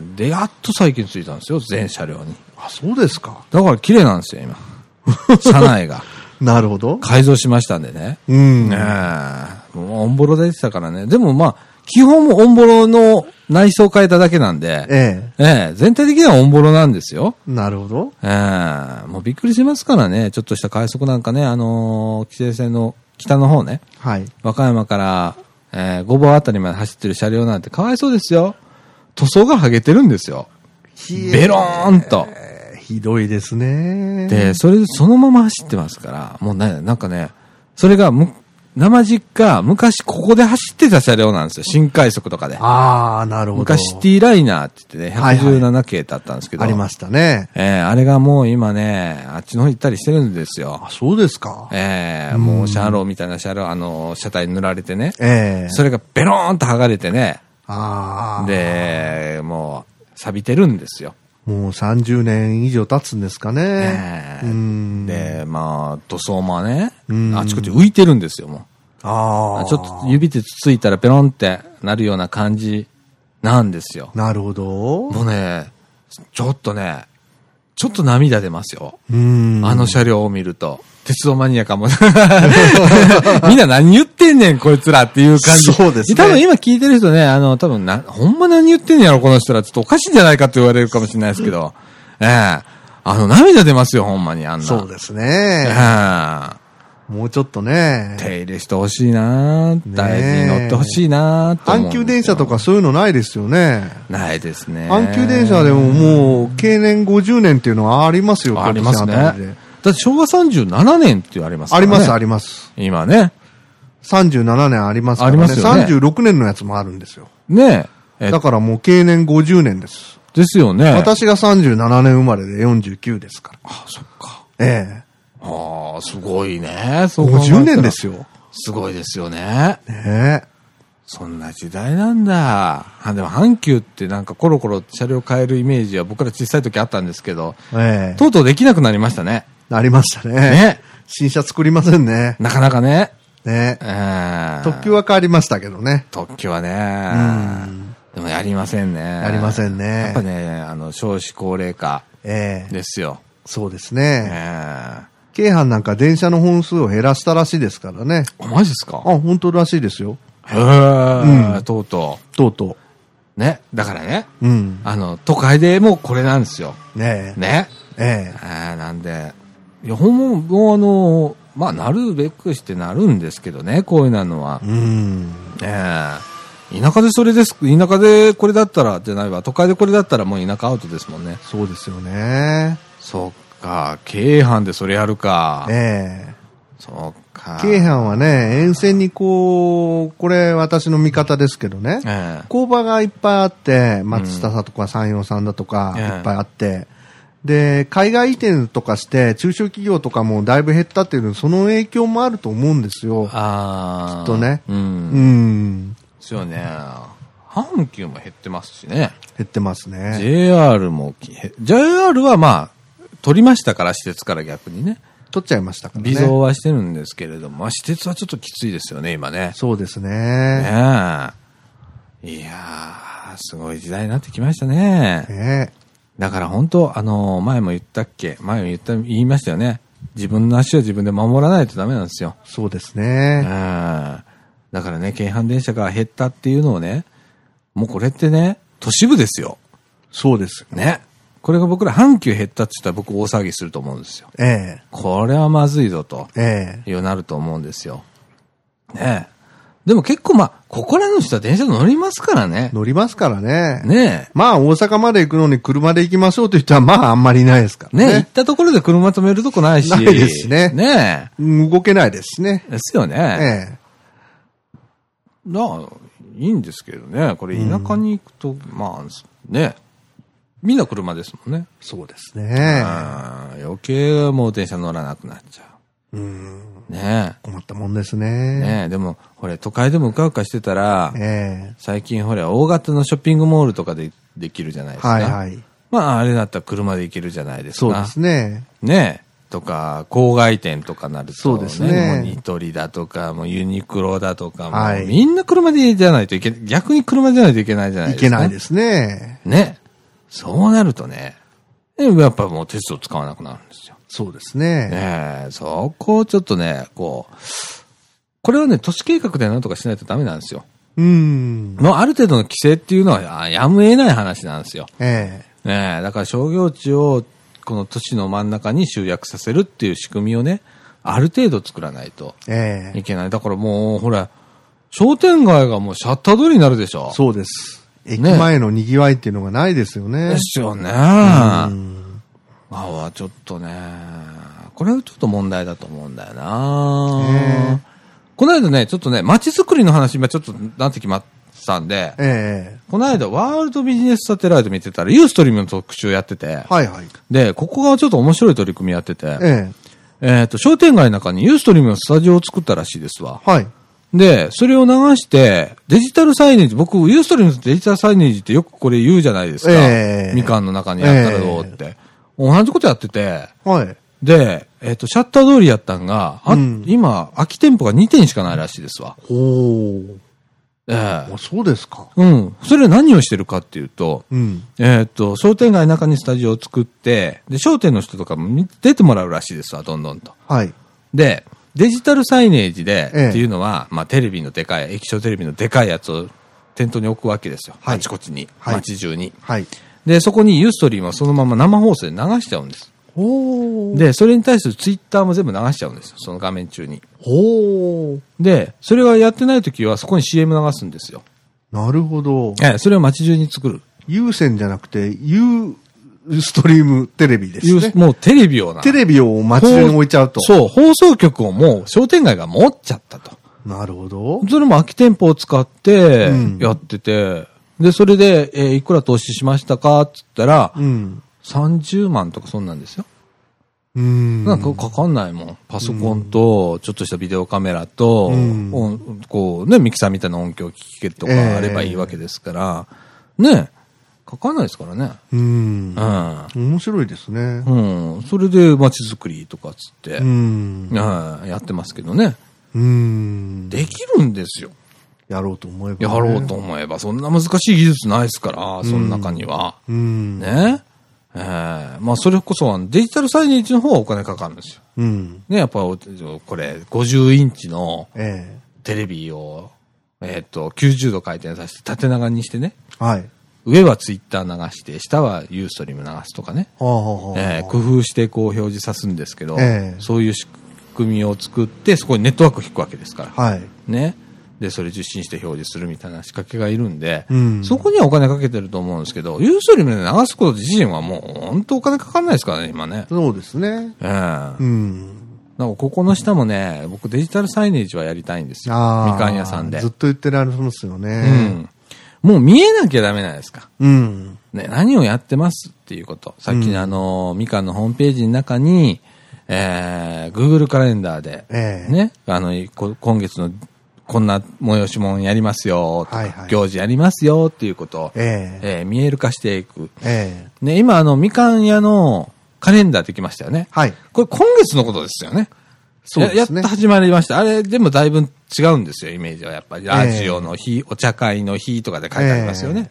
えで、やっと最近着いたんですよ、全車両に。
あ、そうですか。
だから綺麗なんですよ、 今。車内が。
なるほど。
改造しましたんでね。
うん。
ねえもうオンボロ出てたからね。でもまあ、基本もオンボロの内装変えただけなんで、
え
ええ全体的にはオンボロなんですよ。
え。なるほど。
ええもうびっくりしますからね、ちょっとした快速なんかね、あのー規制線の北の方ね、
はい。
和歌山から、えー、ごぼうあたりまで走ってる車両なんてかわいそうですよ。塗装が剥げてるんですよ。ベローンと。
えーひどいですね。
で、それでそのまま走ってますから、もうね、なんかね、それがむ、生実家、昔ここで走ってた車両なんですよ。新快速とかで。
ああ、なるほど。
昔シティライナーって言ってね、
はいはい
117系だったんですけど。
ありましたね。
えーあれがもう今ね、あっちの方行ったりしてるんですよ
あ、。そうですか。
えーもうシャーローみたいなシャーロー、あの、車体に塗られてね。
ええ。
それがベローンと剥がれてね。
ああ。
で、もう、錆びてるんですよ。
もう30年以上経つんですかね
え。え
うん。
で、まあ、塗装もね
うん、
あちこち浮いてるんですよ、も
あ
う。
あ。
ちょっと指でつついたらペロンってなるような感じなんですよ。
なるほど。
もうね、ちょっとね、ちょっと涙出ますよ。
うん。
あの車両を見ると。鉄道マニアかも。 みんな何言ってんねん、こいつらっていう感じ。
そうですね
多分今聞いてる人ね、あの、多分な、ほんま何言ってんねやろ、この人ら。ちょっとおかしいんじゃないかって言われるかもしれないですけど。ええあの、涙出ますよ、ほんまに、あんな。
そうです
え
ね。
え
もうちょっとね。
手入れしてほしいな大事に乗ってほしいなと思う
阪
んですよ
急電車とかそういうのないですよね。
ないですね。
阪急電車でももう、経年50年っていうのはありますよ、
ありますね。
今年
だ
あたりで
って昭和37年って言われますか
あ
ら
り
ね。
ます、あります。
今ね。
37年ありますから
あり
ね。
ますよね
36年のやつもあるんですよ。
ねえ。え
だからもう経年50年です。
ですよね。
私が37年生まれで49ですから。
あ、そっか。
え
ああ、すごいね。
え。
そう考えたら
50年です。よ。
すごいですよね。
ね
そんな時代なんだ。あでも阪急ってなんかコロコロ車両変えるイメージは僕ら小さい時あったんですけど、
え。ええ。
とうとうできなくなりましたね。
なりましたね。
ね
新車作りませんね。
なかなかね。
ね。
えー
特急は変わりましたけどね。
特許は
う
ね
ん、
でもやりませんね。や
ありませんね
やっぱね、あの、少子高齢化
ええ
ですよ。
そうです
え
ね。
ー
京阪なんか電車の本数を減らしたらしいですからね。
あマジですか
あ、本当らしいですよ。
へーとうと
とうと
う。ね。だからね、
う。うん。
あの、都会でもうこれなんですよ。
ねえ。
ね。
え
えーなんで、いや、ほんま、もうあの、まあ、なるべくしてなるんですけどね、こういうのは
え。。うん。
ええ田舎でそれです、田舎でこれだったら、じゃないわ、都会でこれだったらもう田舎アウトですもんね。
そうですよね。
そうか、京阪でそれやるか。
ええ
そうか。
京阪はね、沿線にこう、これ私の見方ですけどね。
え
工場がいっぱいあって、松下さんとか山陽さんだとか、
ええ
いっぱいあって、で、海外移転とかして、中小企業とかもだいぶ減ったっていうの、その影響もあると思うんです
え
よ。
ああ。
きっとね
う。
うんん、
そうよね。阪急も減ってますしね。
減ってますね。
JR もき、へ JR はまあ、取りましたから、施設から逆にね。
取っちゃいましたから
微増
ね。
はしてるんですけれども、まあ、施設はちょっときついですよね、今ね。
そうです
ね
ね。
えいやー、すごい時代になってきましたね。
ね
だから本当、あのー前も言ったっけ前も言った、言いましたよね。自分の足を自分で守らないとダメなんですよ。
そうです
うん。
ね。
だからね、京阪電車が減ったっていうのをね、もうこれってね、都市部ですよ。
そうです。
ね。これが僕ら阪急減ったって言ったら僕大騒ぎすると思うんですよ。
え
これはまずいぞと、
え、ええ、
いうなると思うんですよ。ねえ。でも結構まあ、ここらの人は電車乗りますからね。
乗りますからね。
ね
まあ、大阪まで行くのに車で行きましょうという人は、まあ、あんまりいないですか
え。ね
ら
え、
ね。
行ったところで車止めるとこないし。
ないですしね
ねえ。
うん動けないですしね。
ですよね。
ええ。
なあ、いいんですけどね。これ田舎に行くと、まあ、ね。みんな車ですもんね。
そうですね。
あー余計もう電車乗らなくなっちゃ
うん。
う。ね
困ったもんです
え。
ね。
ねえ、でも、ほれ、都会でもうかうかしてたら、
え
最近ほれ、大型のショッピングモールとかでできるじゃない
え
ですか。
はいはい。
まあ、あれだったら車で行けるじゃないですか。
そうですね。
ねえ。とか、郊外店とかなると、ね、
そうですね
もうニトリだとか、もうユニクロだとか、もう
はい
みんな車でじゃないといけ、逆に車じゃないといけないじゃない
い
ですか。
けないですね。
ね。そうなるとね、ねやっぱもう鉄を使わなくなるんですよ。
そうですね。
ねえ、そこをちょっとね、こう、これはね、都市計画でなんとかしないとダメなんですよ。
うん。
のある程度の規制っていうのはあやむを得ない話なんですよ。
え
ねえ、だから商業地をこの都市の真ん中に集約させるっていう仕組みをね、ある程度作らないと
え。え
い
え。
けない。だからもう、ほら、商店街がもうシャッター通りになるでしょ。
そうです。駅
ね
前の賑わいっていうのがないですよね
で。すよね。
うん
あはちょっとね、これはちょっと問題だと思うんだよな。この間ね、ちょっとね、街づくりの話、今ちょっとなってきましたんで、
え
この間ワールドビジネスサテライト見てたら、ユーストリームの特集やってて、
え。はいはい。
で、ここがちょっと面白い取り組みやってて、
ええ。
えっ、と、商店街の中にユーストリームのスタジオを作ったらしいですわ。
はい。
で、それを流して、デジタルサイネージ、僕、ユーストリームのデジタルサイネージってよくこれ言うじゃないですか。
ええ
みかんの中にやったらどうって。同じことやってて、
はい。
で、えっ、と、シャッター通りやったんが、あ
うん
今、空き店舗が2店しかないらしいですわ。
ほう。
ええ
あ、そうですか。
うん。それ何をしてるかっていうと、
うん。
えっ、と、商店街の中にスタジオを作って、で、商店の人とかも出てもらうらしいですわ、どんどんと。
はい。
で、デジタルサイネージで、
ええ
っていうのは、まあテレビのでかい、液晶テレビのでかいやつを店頭に置くわけですよ。
はい
あちこちに、
はい
街中に。
はい。
で、そこにユーストリームはそのまま生放送で流しちゃうんです。
ほう。
で、それに対するツイッターも全部流しちゃうんですよ、その画面中に。
ほう。
で、それがやってない時はそこに CM 流すんですよ。
なるほど。
ええ、それを街中に作る。
有線じゃなくて、有ストリームテレビです
ユー
ね
ス。もうテレビをな。
テレビを街中に置いちゃうと。
そう、放送局をもう商店街が持っちゃったと。
なるほど。
それも空き店舗を使って
うん
やってて、で、それで、えーいくら投資しましたかって言ったら、
うん。
30万とかそんなんですよ。
うん。
なんかかかんないもん。パソコンと、ちょっとしたビデオカメラと、
うん
音こうね、ミキサーみたいな音響機器とかあればいいわけですから、ね、かかんないですからね。
うん。
う
面白いですね。
ん。うん。それで街づくりとかっつって、
うん。
うんやってますけどね。
うーん。
できるんですよ。
やろうと思えば、
やろうと。思えば、そんな難しい技術ないですから、その中には。
うん。
ね。えーまあ、それこそ、デジタルサイネージの方はお金かかるんですよ。
うん。
ね、やっぱ、おこれ、50インチの
え
テレビを、えっ、と、90度回転させて、縦長にしてね。
えはい。
上はツイッター流して、下はユーストリーム流すとかね。
はあ、はあはあ、
えー工夫してこう表示さすんですけど、
ええ
そういう仕組みを作って、そこにネットワーク引くわけですから。
はい。
ね。で、それ受信して表示するみたいな仕掛けがいるんで、
うん
そこにはお金かけてると思うんですけど、ユーストリームで流すこと自身はもう本当お金かかんないですからね、今ね。
そうですね。
ええな
うんん。
かここの下もね、僕デジタルサイネージはやりたいんですよ。
ああ。
みかん屋さんで。
ずっと言ってられますよ
う
ね。
ん。もう見えなきゃダメなんですか。
うん。
ね、何をやってますっていうこと。さっきのあの、みかんのホームページの中に、えー、Google カレンダーで、
ええ
ね、あの、こ今月のこんな催し物やりますよとか、
はいはい
行事やりますよっていうことを、
ええ
えー見える化していく。
ええ
ね、今あの、みかん屋のカレンダーできましたよね。
はい。
これ今月のことですよね。
そうですね
ややっと始まりました。あれ、でもだいぶ違うんですよ、イメージは。やっぱり、ラジオの日、お茶会の日とかで書いてありますよね。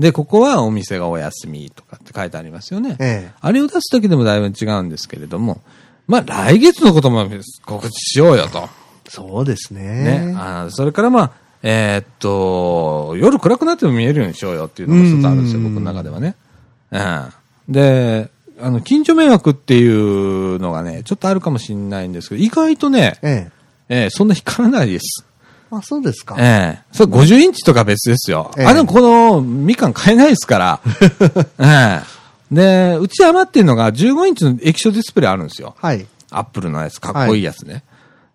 で、ここはお店がお休みとかって書いてありますよね。
ええ
あれを出すだけでもだいぶ違うんですけれども、まあ、来月のことも告知しようよと。
そうですね。
ね。あーそれからまあ、えーっと、夜暗くなっても見えるようにしようよっていうのが一つあるんですよ、
う
僕
ん
の中ではね。うん。で、あの、近所迷惑っていうのがね、ちょっとあるかもしれないんですけど、意外とね、
ええ
えーそんな光らないです。
あ、そうですか。
ええそれ50インチとか別ですよ。
ええ
あの、この、みかん買えないです から。ええで、うち余ってるのが15インチの液晶ディスプレイあるんですよ。
はい。
アップルのやつ、かっこいいやつね。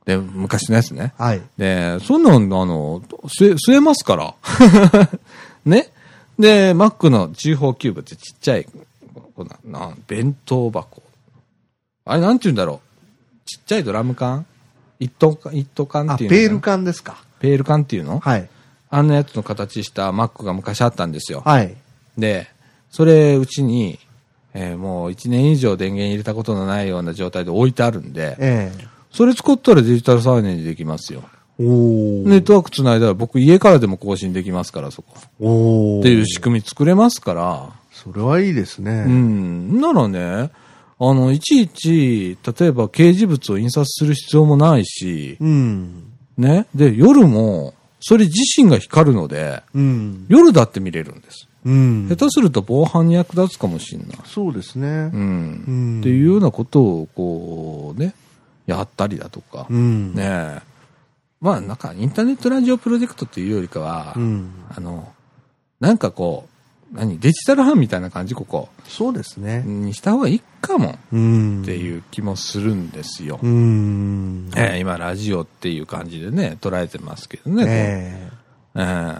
で、昔のやつね。
はい。
で、そんなん、あの、据え、据えますから。 ね。で、Mac の G4 キューブってちっちゃい、こんな、な弁当箱。あれ、なんて言うんだろう。ちっちゃいドラム缶一等缶一等缶
あ、
って
ペ
いうのかな
ール缶ですか。
ペール缶っていうの
はい。
あんなやつの形した Mac が昔あったんですよ。
はい。
で、それ、うちに、えーもう1年以上電源入れたことのないような状態で置いてあるんで、
え
それ使ったらデジタルサイネージできますよ。
えおお。
ネットワーク繋いだら僕家からでも更新できますから、そこ。
おお。
っていう仕組み作れますから。
それはいいですね。
うん。ならね、あの、いちいち、例えば掲示物を印刷する必要もないし、
うん。
ね。で、夜も、それ自身が光るので、
うん。
夜だって見れるんです。
うん。
下手すると防犯に役立つかもしれない。
そうですね
う。。
うんん。
っていうようなことを、こう、ね、やったりだとか。
うん。
ねえ。まあ、なんか、インターネットラジオプロジェクトっていうよりかは、
うん。
あの、なんかこう、何、デジタル版みたいな感じ、ここ、
そうですね。
にした方がいいかも
うん。
って
う。
いう気もするんですよ。
うん。
ええ今、ラジオっていう感じでね、捉えてますけどね。
え
ええ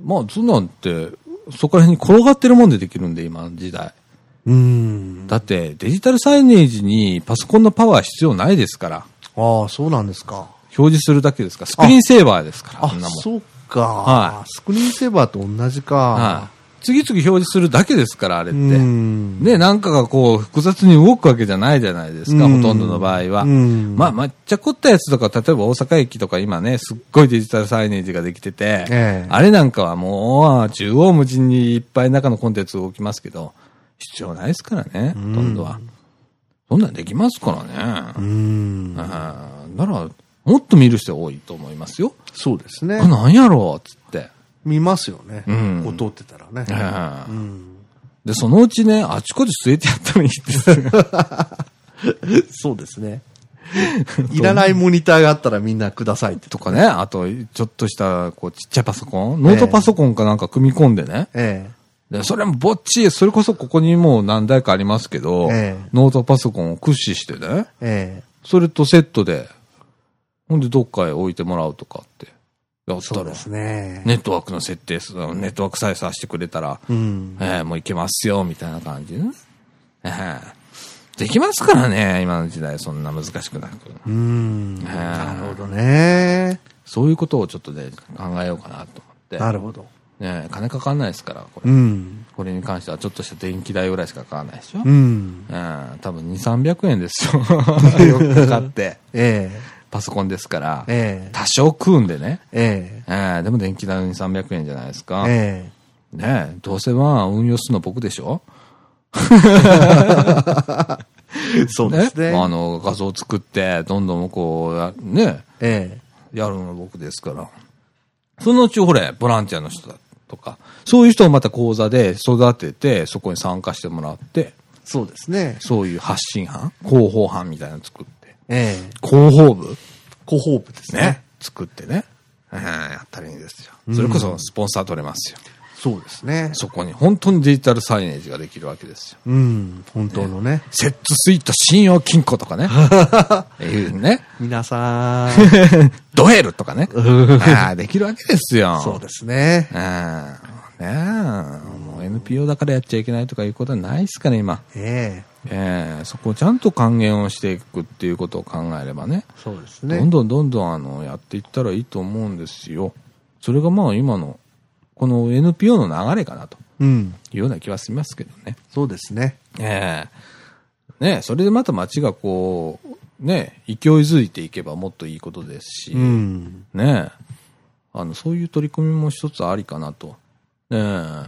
まあ、そんなんって、そこら辺に転がってるもんでできるんで、今の時代。
えうん。
だって、デジタルサイネージにパソコンのパワー必要ないですから。
ああ、そうなんですか。
表示するだけですから。スクリーンセーバーですから、
あ
こんなもん。、
そうか。
は
スクリーンセーバーと同じか。
はい。次々表示するだけですから、あれっ
う
て。
ん。
ね、なんかがこう、複雑に動くわけじゃないじゃないですか、
う
ほ
ん
とんどの場合は。
うん
まあ、抹茶凝ったやつとか、例えば大阪駅とか今ね、すっごいデジタルサイネージができてて、
ええ
あれなんかはもう、中央無尽にいっぱい中のコンテンツ動きますけど、必要ないですからね、ほとんどは。そんなんできますから
う
ね。
ん。
あーなら、もっと見る人多いと思いますよ。
そうですね
あ、。なんやろう、つって。
見ますよね。
うん
こう通ってたらね。
ええ
うん。
で、そのうちね、あちこち据えてやったらいいって。
そうで すね。いらないモニターがあったらみんなくださいって
と
と。
かね、あと、ちょっとした、こう、ちっちゃいパソコン、ノートパソコンかなんか組み込んでね。
え
でそれもぼっち、それこそここにもう何台かありますけど、
ええ
ノートパソコンを駆使してね、
え。え
それとセットで、ほんでどっかへ置いてもらうとかって、やっ
え。
た
そう
ら
で、すね。
ネットワークの設定、そのネットワークさえさせてくれたら、
うん。
ええもういけますよ、みたいな感じでね。ええできますからね、今の時代、そんな難しくなく。
うん。
え
なるほどね。
そういうことをちょっとで考えようかなと思って。
なるほど。
ねえ金かかんないですから、これ。
うん。
これに関してはちょっとした電気代ぐらいしかかからないでしょ。
うん。
うん、多分2、300円ですよ。よくかかって。
ええ。
パソコンですから、
ええ
多少食うんでね。
え
えーでも電気代に300円じゃないです
え
か。
え
ねえどうせまあ運用するの僕でしょ
えそうですね。
あの、画像作って、どんどんこう、ね
ええ
えやるの僕ですから。そのうちほれ、ボランティアの人だとか、そういう人をまた講座で育てて、そこに参加してもらって、
そうですね。
そういう発信班、広報班みたいなの作って、
ええ
広報部
広報部ですね。
ね、作ってね、えーやったらいいんですよ。それこそスポンサー取れますよ。
そうですね。
そこに本当にデジタルサイネージができるわけですよ。
うん、本当のね。
セットスイート信用金庫と かね。いうね。
皆さ ん、
ドエルとかね。ああ、できるわけですよ。
そうですね。
ああ、ねえ。もう NPO だからやっちゃいけないとかいうことはないですかね、今。
ええ
ええそこをちゃんと還元をしていくっていうことを考えればね。
そうです
どん
ね。
どんどんどんあのやっていったらいいと思うんですよ。それがまあ今の、この NPO の流れかなと
うん、
いうような気はしますけどね。
そうですね。
ええねえそれでまた街がこう、ねえ勢いづいていけばもっといいことですし、
うん、
ねえあの、そういう取り組みも一つありかなと、ねえ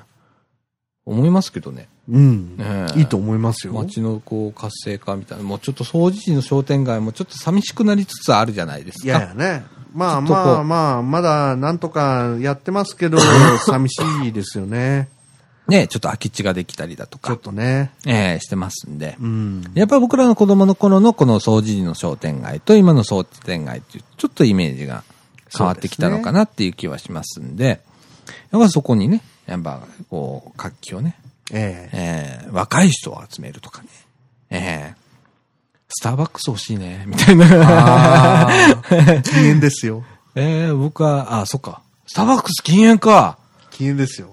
思いますけどね。
うん、
ねえ
いいと思いますよ。
街のこう活性化みたいな、もうちょっと掃除時の商店街もちょっと寂しくなりつつあるじゃないですか。
いやいやね。ま
ち
あ
ょっとこう
まあまあ、まだなんとかやってます けど、寂しいですよね。
ね、ちょっと空き地ができたりだと
ち
か
ょっ、とね。
えーしてますんで。
うん。
やっぱり僕らの子供の頃のこの掃除時の商店街と今の商店街っていう、ちょっとイメージが変わってきたのかなっていう気はしますんで、やっぱそこにね、やっぱこう、活気をね、
ええ
えー若い人を集めるとかね、えースターバックス欲しいね、みたいな。
禁煙ですよ。
えー僕は、あ、そっか、スターバックス禁煙か。
禁煙ですよ。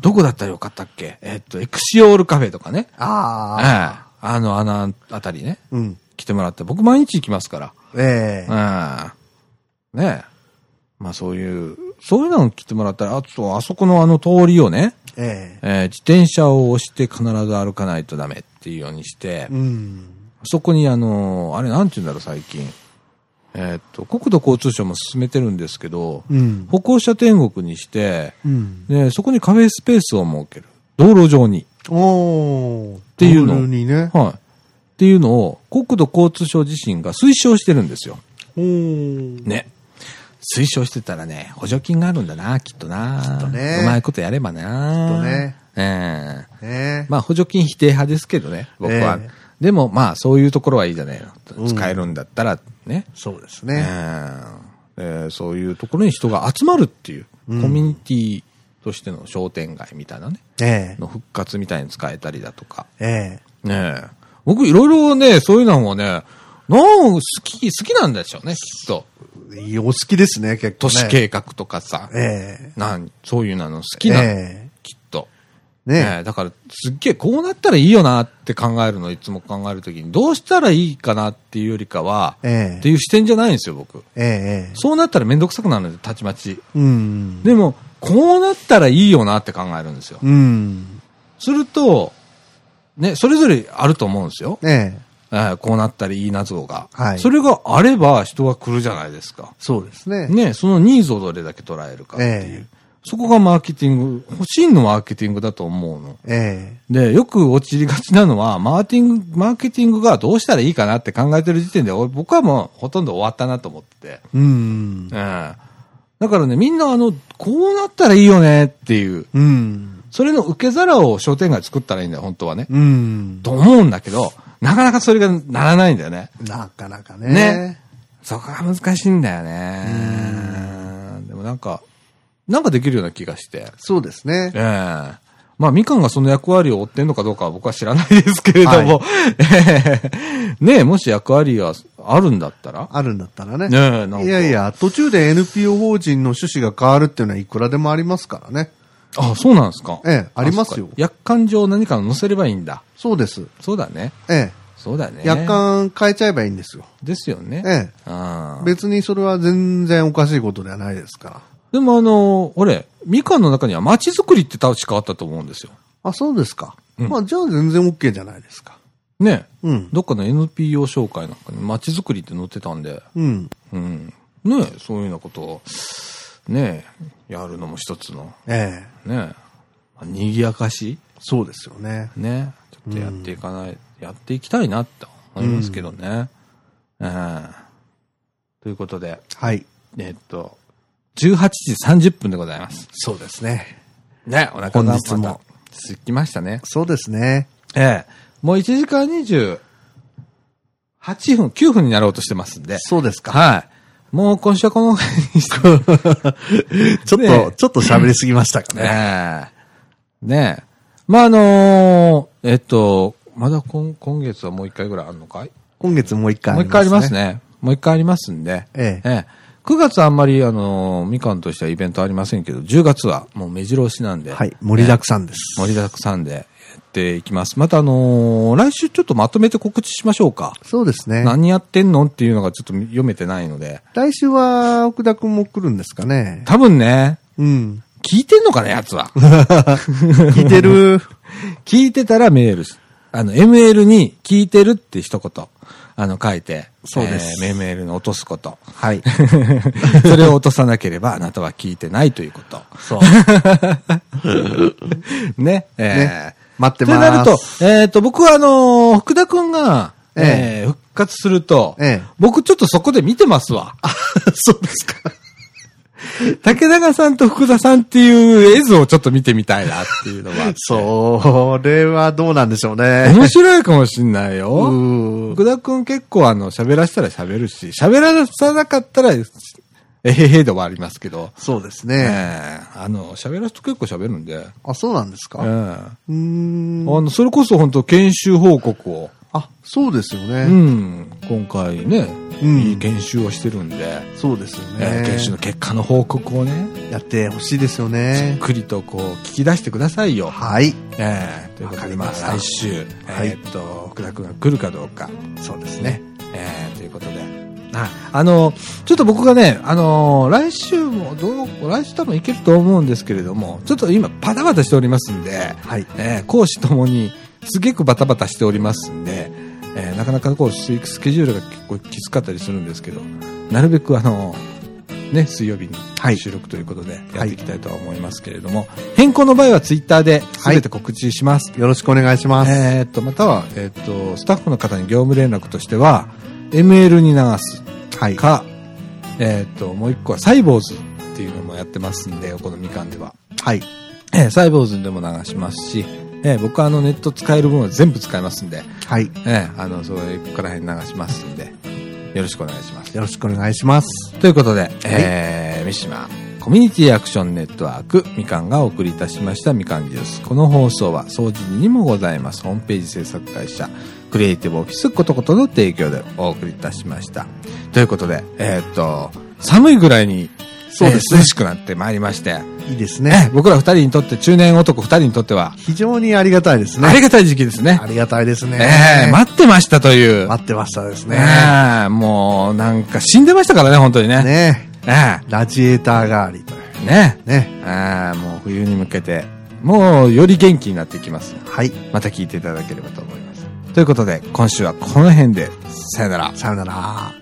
どこだったらよかったっけえーっと、エクシオールカフェとかね。
ああ。
ああの、あのあたりね、
うん。
来てもらって、僕毎日行きますか
ええ
ら。うん。ねえ。まあそういう、そういうのを来てもらったら、あと、あそこのあの通りをね、
ええ
えー自転車を押して必ず歩かないとダメっていうようにして、
うん。
そこにあの、あれなんて言うんだろう、最近。えーっと、国土交通省も進めてるんですけど、
うん。
歩行者天国にして、
うん。
で、そこにカフェスペースを設ける。道路上に。
おー。って
いうの
にね。
はい。っていうのを、国土交通省自身が推奨してるんですよ。
おー。
ね。推奨してたらね、補助金があるんだな、きっとな。きっ
とね
うまいことやればな。
きっとね。
ええ
ね
まあ、補助金否定派ですけどね、僕は。
ええ
でも、まあ、そういうところはいいじゃない
うん
の。使えるんだったら、ね。
そうです
え
ね。
えええそういうところに人が集まるっていう、
うん
コミュニティとしての商店街みたいなね、
え
の復活みたいに使えたりだとか。
ええ
ねえ。僕、いろいろね、そういうのはね、なん好き、好きなんでしょうね、きっと。
えいいお好きですね、結構
都
ね。
市計画とかさ、
え
なんそういうのの好
え
きなの、
え
きっと。
えね
ねえだから、すっげえ、こうなったらいいよなって考えるの、いつも考えるときに、どうしたらいいかなっていうよりかは、
ええ
っていう視点じゃないんですよ、僕。
えええ
そうなったらめんどくさくなるので、たちまち。
うん。
でも、こうなったらいいよなって考えるんですよ。
うん。
すると、ね、それぞれあると思うんですよ。
ねえ
えーこうなったらいいな像が。
はい
それがあれば人が来るじゃないですか。
そうですね。
ね、そのニーズをどれだけ捉えるかっていう。
ええ
そこがマーケティング、真のマーケティングだと思うの。
え
で、よく陥りがちなのは、マーティング、マーケティングがどうしたらいいかなって考えてる時点で、俺僕はもうほとんど終わったなと思ってて。
えうん
え。えだからね、みんなあの、こうなったらいいよねっていう、
うん。
それの受け皿を商店街作ったらいいんだよ、本当はね。
うん。
と思うんだけど、なかなかそれがならないんだよね。
なかなかね。
ねそこが難しいんだよね。でもなんか、なんかできるような気がして。
そうですね
ええ。まあ、みかんがその役割を負ってんのかどうかは僕は知らないですけれども、ええ ねえ、もし役割があるんだったら、
あるんだったらね。
ねえなんか
いやいや、途中で NPO 法人の趣旨が変わるっていうのはいくらでもありますからね。
あ、そうなんですか。
ええあります
そ
よ
っか約款上何かを載せればいいんだ。
そうです。
そうだね。
え
そうだね
え。。約。款変えちゃえばいいんですよ。
ですよね。
ええ
ああ
別にそれは全然おかしいことではないですから。
でもあの、俺、みかんの中には街づくりって確かあったと思うんですよ。
あ、そうですか。
うん
まあ、じゃあ全然 OK じゃないですか。
ねえ。
うん。
どっかの NPO 紹介なんかに街づくりって載ってたんで、
うん。
うん。ねえそういうようなことを、ねえやるのも一つの、
ええ
ねえ賑やかし
そうですよね。
ね、ちょっとやっていかない、やっていきたいなって思いますけどね。うん。ということで、
はい。
えっと、18時30分でございます。
そうですね。
ね、お腹が
本日も
またすきましたね。
そうですね。
ええ。もう1時間28分、9分になろうとしてますんで。
そうですか。
はい。もう今週はこの辺にして。
ちょっと、
ねえ
ちょっと喋りすぎましたかね。
ねえ。ねえ。まあ、あのーえっと、まだ今今月はもう一回ぐらいあるのかい
今月もう一回
もう一回あります。ね。もう一回ありますんで。
ええ
9月あんまり、あのーみかんとしてはイベントありませんけど、10月はもう目白押しなんで。
はい。盛りだくさんです。
盛りだくさんでやっていきます。またあのー来週ちょっとまとめて告知しましょうか。
そうですね。
何やってんのっていうのがちょっと読めてないので。
来週は、奥田くんも来るんですかね。
多分ね、
うん。
聞いてんのかね、やつは。
聞いて る。
聞いてたらメールし、あの、ML に聞いてるって一言、あの、書いて、
そうです
えー ML の落とすこと。
はい。
それを落とさなければ、あなたは聞いてないということ。
そう。
ね。えー
ね待って
と
ます
なると、えっ、と、僕はあのー福田くんが、
え
え
え
ー復活すると、
ええ
僕ちょっとそこで見てますわ。
そうですか。。
竹永さんと福田さんっていう絵図をちょっと見てみたいなっていうのは
それはどうなんでしょうね。
面白いかもしんないよ。
うー
福田くん結構あの、喋らせたら喋るし、喋らさなかったら、えへへで終わりますけど、
そうです
え
ね。
えあの、喋らすと結構喋るんで、え
あ、そうなんですか。
え
うーん。
あの、それこそ本当研修報告を、
あ、そうですよ
う
ね。
ん、今回ね、
うん
いい研修をしてるんで、
そうですよ
え
ね
え。研修の結果の報告をね、
やってほしいですよ
ゆっ
ね。
くりとこう、聞き出してくださいよ。
はい。
ええということ
わか
で、
り
まあ
ました
来週、
はい
えーっと、福田くんが来るかどうか、
そうです
ね。。えーということで。あ、あの、ちょっと僕がね、あのー来週も、どう、来週多分いけると思うんですけれども、ちょっと今バタバタしておりますんで、
はい。
えー講師ともにすげくバタバタしておりますんで、えーなかなかこう、ススケジュールが結構きつかったりするんですけど、なるべくあのね、水曜日
はい
に収録ということでやっていきたいとは思いますけれども、変更の場合はツイッターで全て告知します。
よろしくお願いします。
えーっと、または、えーっと、スタッフの方に業務連絡としては、ML に流す
はい。
か、えーっと、もう一個はサイボーズっていうのもやってますんで、このみかんでは。
はい。
えーサイボーズでも流しますし、えー僕はあのネット使える分は全部使いますんで、
はい。
えーあの、それから辺流しますんで、よろしくお願いします。
よろしくお願いします。
ということで、えー、三島コミュニティアクションネットワークみかんがお送りいたしましたみかんジュース。この放送は掃除にもございます。ホームページ制作会社クリエイティブオフィスことことの提供でお送りいたしました。ということで、えーっと、寒いぐらいに、
そうです
えー
ね
涼しくなってまいりまして、
いいです
ね
ね。、
僕ら二人にとって、中年男二人にとっては、
非常にありがたいです
あり
ね。
がたい時期ですね
あ。りがたいですね。
ええ待ってましたという。
待ってましたです
ね
ね。
えもう、なんか死んでましたからね、本当にね。
ね
え
ラジエーター代わりという。
えね
ね。
えああもう冬に向けて、もうより元気になっていきます。
はい。
また聞いていただければと思います。ということで、今週はこの辺で、さよなら。
さよなら。